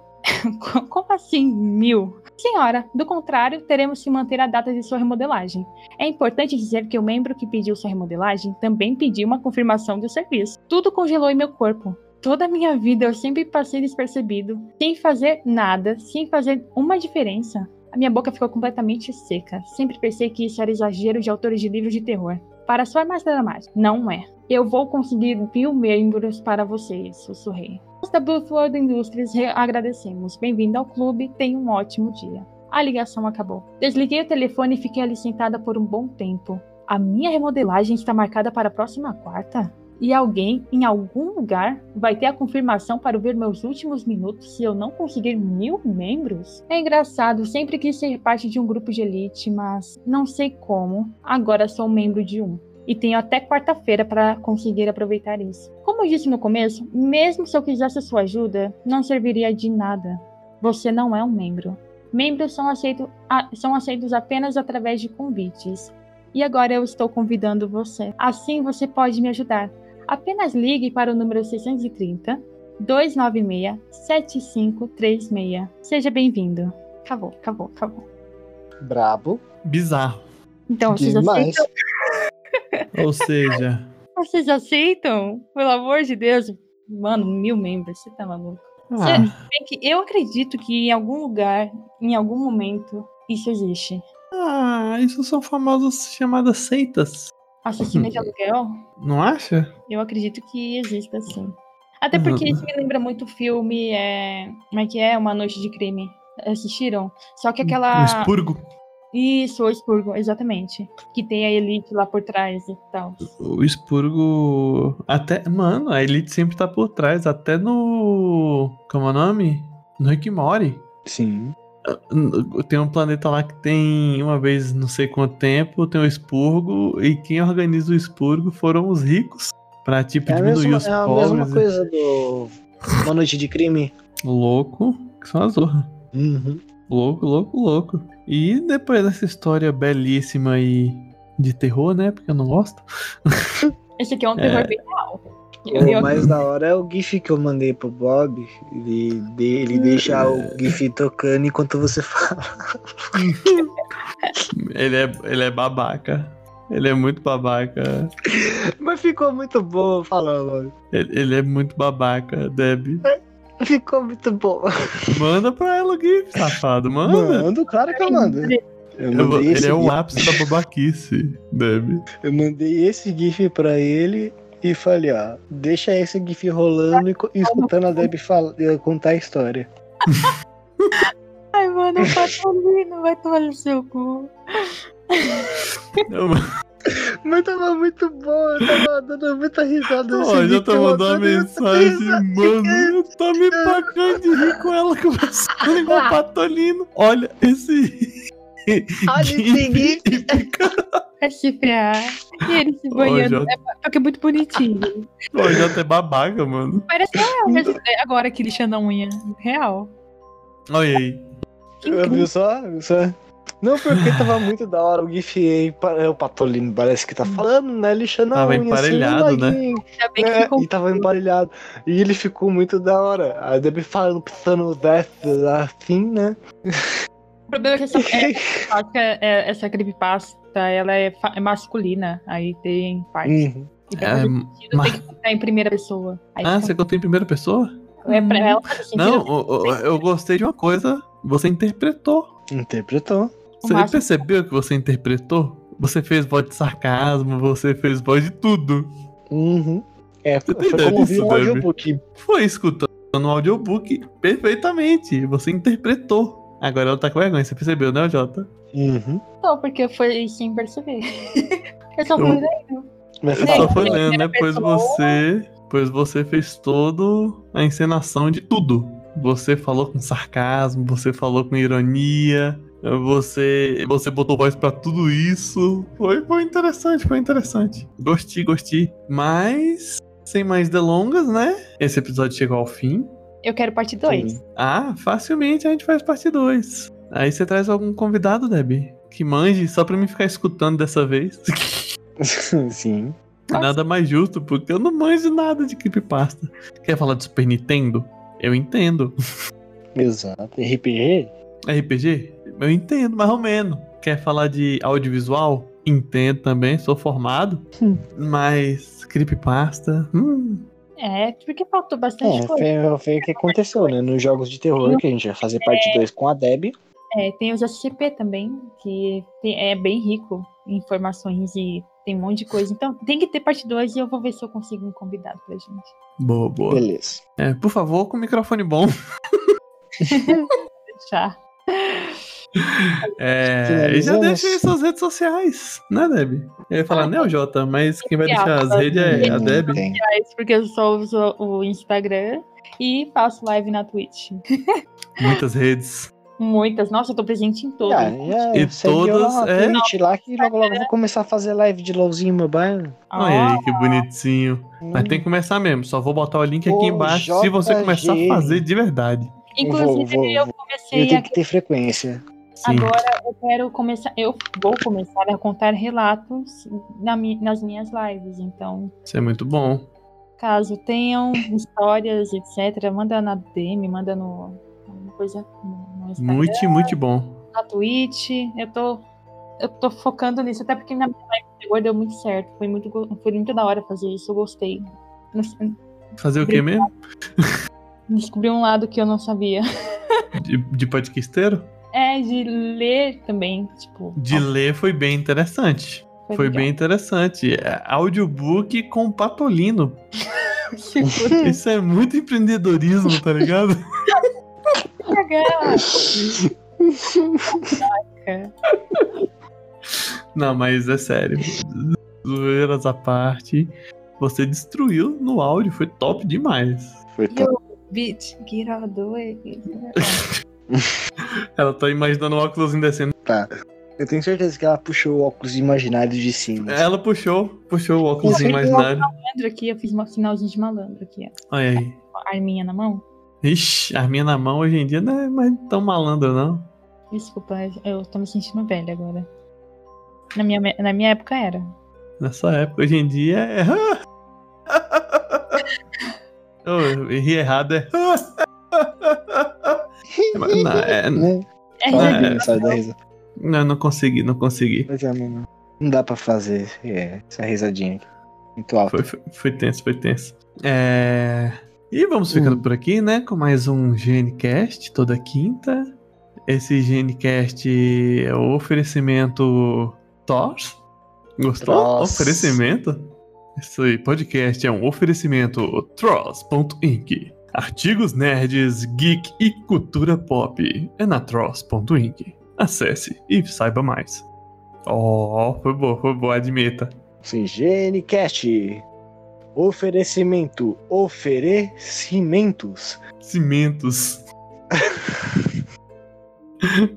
D: Co- Como assim mil? Senhora, do contrário, teremos que manter a data de sua remodelagem. É importante dizer que o membro que pediu sua remodelagem também pediu uma confirmação do serviço. Tudo congelou em meu corpo. Toda a minha vida eu sempre passei despercebido, sem fazer nada, sem fazer uma diferença. A minha boca ficou completamente seca. Sempre pensei que isso era exagero de autores de livros de terror. Para soar mais dramático, não é. Eu vou conseguir mil membros para vocês, sussurrei. Nós da Bluefield Industries re- agradecemos. Bem-vindo ao clube, tenha um ótimo dia. A ligação acabou. Desliguei o telefone e fiquei ali sentada por um bom tempo. A minha remodelagem está marcada para a próxima quarta? E alguém, em algum lugar, vai ter a confirmação para ver meus últimos minutos se eu não conseguir mil membros? É engraçado, sempre quis ser parte de um grupo de elite, mas não sei como. Agora sou membro de um. E tenho até quarta-feira para conseguir aproveitar isso. Como eu disse no começo, mesmo se eu quisesse a sua ajuda, não serviria de nada. Você não é um membro. Membros são, aceito- a- são aceitos apenas através de convites. E agora eu estou convidando você. Assim você pode me ajudar. Apenas ligue para o número 630 296 7536. Seja bem-vindo. Acabou, acabou, acabou.
C: Brabo.
B: Bizarro.
D: Então, vocês
C: demais.
D: aceitam?
B: Ou seja,
D: Vocês aceitam? Pelo amor de Deus. Mano, mil membros, você tá maluco.
B: ah,
D: É que eu acredito que em algum lugar, em algum momento, isso existe.
B: ah, isso são famosas chamadas seitas,
D: Assassino de
B: Uhum.
D: aluguel?
B: não acha?
D: Eu acredito que exista sim. Até porque
B: Uhum.
D: isso me lembra muito o filme. É... Como é que é? Uma Noite de Crime. Assistiram? Só que
B: Um
D: aquela.
B: expurgo.
D: Isso, o Expurgo, exatamente. Que tem a Elite lá por trás e tal.
B: O expurgo. Até. Mano, a Elite sempre tá por trás. Até no. Como é o nome? No Rick and Morty.
C: Sim.
B: Tem um planeta lá que tem uma vez não sei quanto tempo, tem o expurgo, e quem organiza o expurgo foram os ricos. Pra tipo
C: É a
B: diminuir
C: mesma,
B: os
C: é a
B: pobres.
C: mesma coisa do Uma Noite de Crime.
B: Louco, que só a zorra.
C: Uhum.
B: Louco, louco, louco. E depois dessa história belíssima aí de terror, né? Porque eu não gosto.
D: Esse aqui é um terror
B: É.
D: bem real. Eu,
C: O
D: eu-
C: mais da hora é o GIF que eu mandei pro Bob. Ele, de- ele deixa o GIF tocando enquanto você fala.
B: Ele é, ele é babaca. Ele é muito babaca.
C: Mas ficou muito bom falando.
B: Ele, ele é muito babaca, Deb.
C: Ficou muito bom.
B: Manda pra ela o GIF, safado. Manda.
C: Mando, claro que eu mando. Eu
B: Eu vou-
C: mandei,
B: ele
C: esse,
B: é o
C: GIF,
B: ápice da babaquice, Deb.
C: eu mandei esse GIF pra ele e falei, ó, deixa esse GIF rolando e, co- e escutando a Deb fala- eh, contar a história.
D: Ai, mano, o Patolino vai tomar no seu cu.
C: Mas tava muito bom, eu tava dando muita risada nesse
B: Ó, já
C: vídeo,
B: tá
C: eu
B: mandando uma
C: dando muita
B: mensagem,
C: risada.
B: mano. Eu tô me pagando de rir com ela conversando igual o Patolino. Olha esse.
C: Olha esse GIF.
D: Vai se ferrar. E ele se
B: Ó,
D: banhando.
B: já
D: Só que é muito bonitinho.
B: Pô, o Jota é babaca, mano.
D: Parece real, mas é agora que lixando a unha. Real.
B: Olha aí.
D: Que
C: Eu-
D: incrível.
C: Viu só? Viu só? Não, porque tava muito da hora o GIF aí. pa- é, O Patolino parece que tá falando, né? Lixando a
B: Tava
C: unha, assim,
B: emparelhado, né?
C: ladinho.
D: Ainda bem que
C: É,
D: ficou
C: e tava embaralhado. E ele ficou muito da hora. A Debbie falando, pensando death, assim, né?
D: O problema é que essa, é- essa, faca, é- essa creepypasta ela é, fa- é masculina. Aí tem parte.
C: Uhum.
D: E pra
B: É,
D: fazer sentido,
B: ma-
D: tem que ficar em primeira pessoa. Aí
B: Ah, você
D: fica-
B: contou em primeira pessoa?
D: é pra ela fazer sentido.
B: Não, o- o- eu gostei de uma coisa. Você interpretou.
C: Uhum. Interpretou.
B: Você
D: máximo-
B: percebeu que você interpretou? Você fez voz de sarcasmo, você fez voz de tudo.
C: Uhum. É,
B: Você tem
C: foi
B: ideia
C: como ouvir
B: disso,
C: um
B: Debbie?
C: audiobook.
B: Foi escutando o audiobook perfeitamente. Você interpretou. Agora ela tá com vergonha, você percebeu, né, Jota?
C: Uhum.
D: Não, porque foi sem perceber. Eu só "Né,
B: Eu-
D: fui lendo.
C: Mas
B: Eu
D: Sim,
B: só
C: fala,
B: foi
D: em
B: lendo, né?
D: primeira
B: Pois
D: pessoa.
B: você. Pois você fez toda a encenação de tudo. Você falou com sarcasmo, você falou com ironia, você. Você botou voz pra tudo isso. Foi, foi interessante, foi interessante. Gostei, gostei. Mas. Sem mais delongas, né? Esse episódio chegou ao fim.
D: Eu quero parte 2.
C: Sim.
B: Ah, facilmente a gente faz parte 2. Aí você traz algum convidado, Debbie. Que manje, só pra mim ficar escutando dessa vez.
C: Sim.
D: Nossa.
B: Nada mais justo, porque eu não manjo nada de creepypasta. Quer falar de Super Nintendo? Eu entendo.
C: Exato. RPG?
B: RPG? Eu entendo, mais ou menos. Quer falar de audiovisual? Entendo também, sou formado.
C: Hum.
B: Mas creepypasta? Hum.
D: É, tipo- porque faltou bastante
C: É,
D: coisa.
C: foi, foi o que aconteceu, né? Nos jogos de terror, que a gente vai fazer parte 2 com a Debbie.
D: É, tem os SCP também, que te- é bem rico em informações e tem um monte de coisa. Então, tem que ter parte 2 e eu vou ver se eu consigo um convidado pra gente.
B: Boa, boa.
C: Beleza.
B: É, por favor, com o microfone bom.
D: Já.
B: É, e já
C: Finalizamos.
B: deixa aí suas redes sociais, né, Deb? Eu ia falar, né, o Jota, mas quem vai deixar as redes é a
C: Não
B: Deb.
C: tem.
D: Mas porque eu só uso o Instagram e faço live na Twitch.
B: Muitas redes.
D: Muitas. Nossa, eu tô presente em todas.
C: Ah, já
B: E
C: segue eu lá,
B: todas, é?
C: na Twitch lá que logo logo eu vou começar a fazer live de LOLzinho mobile.
B: Olha aí, que bonitinho. Mas tem que começar mesmo. Só vou botar o link aqui
C: Ô,
B: embaixo se você
C: JG.
B: começar a fazer de verdade.
D: Inclusive,
C: Vou, vou,
D: eu
C: vou.
D: comecei
C: Eu
D: a
C: tenho que ter frequência.
B: Sim.
D: Agora eu quero começar, eu vou começar a contar relatos na mi- nas minhas lives. Então,
B: Isso é muito bom.
D: caso tenham histórias, etc., manda na DM, manda no alguma coisa no no Instagram,
B: Muito, muito bom.
D: na Twitch. Eu tô, eu tô focando nisso, até porque na minha live anterior deu muito certo. Foi muito, go- foi muito da hora fazer isso, eu gostei. Não-
B: Fazer o que mesmo?
D: Descobri um lado que eu não sabia.
B: De, de podcasteiro?
D: É, de ler também, tipo. ah,
B: De ler foi bem interessante. Foi
D: legal.
B: bem interessante. É, Audiobook com patolino.
D: Tipo,
B: Isso é muito empreendedorismo, tá ligado?
D: legal.
B: Não, mas é sério. Zoeiras à parte. Você destruiu no áudio, foi top demais.
C: Foi
D: E eu, bitch, get out of the way.
B: Ela tá imaginando o óculos indecente.
C: Eu tenho certeza que ela puxou o óculos imaginário de cima. assim.
B: Ela puxou, puxou o óculos
D: Ela pegou
B: imaginário.
D: Malandro aqui, eu fiz um sinalzinho de malandro aqui, ó.
B: Olha aí.
D: Com a Arminha na mão.
B: Ixi, a minha na mão hoje em dia não é mais tão malandra, não.
D: Desculpa, eu tô me sentindo velha agora. Na minha, me- na minha época era.
B: Nessa época, hoje em dia é. Eu ri errado, é. Mas não, é-
C: Né?
D: É,
C: Fala
B: Ah,
D: já-
C: bem, sabe da risada.
B: não, não consegui, não consegui.
C: Mas é, mano, Não dá pra fazer é, essa risadinha aqui. Muito alto.
B: Foi, foi, foi tenso, foi tenso. É... E vamos ficando por aqui, né? Com mais um GNCast toda quinta. Esse GNCast é o oferecimento Thor. Gostou?
C: Tross.
B: Oferecimento? Esse podcast é um oferecimento Tross.inc. Artigos nerds, geek e cultura pop é na Tross.inc. Acesse e saiba mais. Oh, foi boa, foi boa, admita.
C: Sim, GNCast. Oferecimento. Oferecimentos.
B: Cimentos.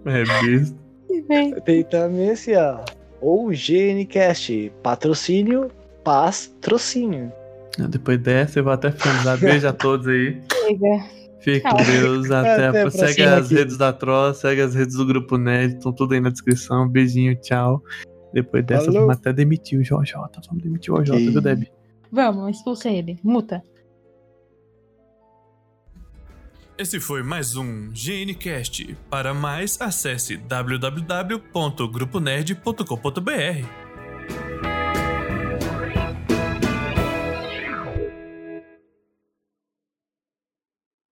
B: é besta.
D: vem.
C: Tem também esse, ó. Ou GNCast. Patrocínio. Patrocínio.
B: Depois dessa, eu vou até finalizar. Beijo a todos aí.
D: Chega.
B: Fique com Deus. Até,
C: Até a
B: a Segue
C: próxima,
B: as
C: querido.
B: redes da Troll, segue as redes do Grupo Nerd. Estão tudo aí na descrição. Beijinho, tchau. Depois dessa,
C: Falou.
B: vamos até demitir o JJ. Vamos demitir o JJ,
C: Que-
B: viu, Deb?
D: Vamos, expulsa ele. Muta.
A: Esse foi mais um GNCast. Para mais, acesse www.gruponerd.com.br.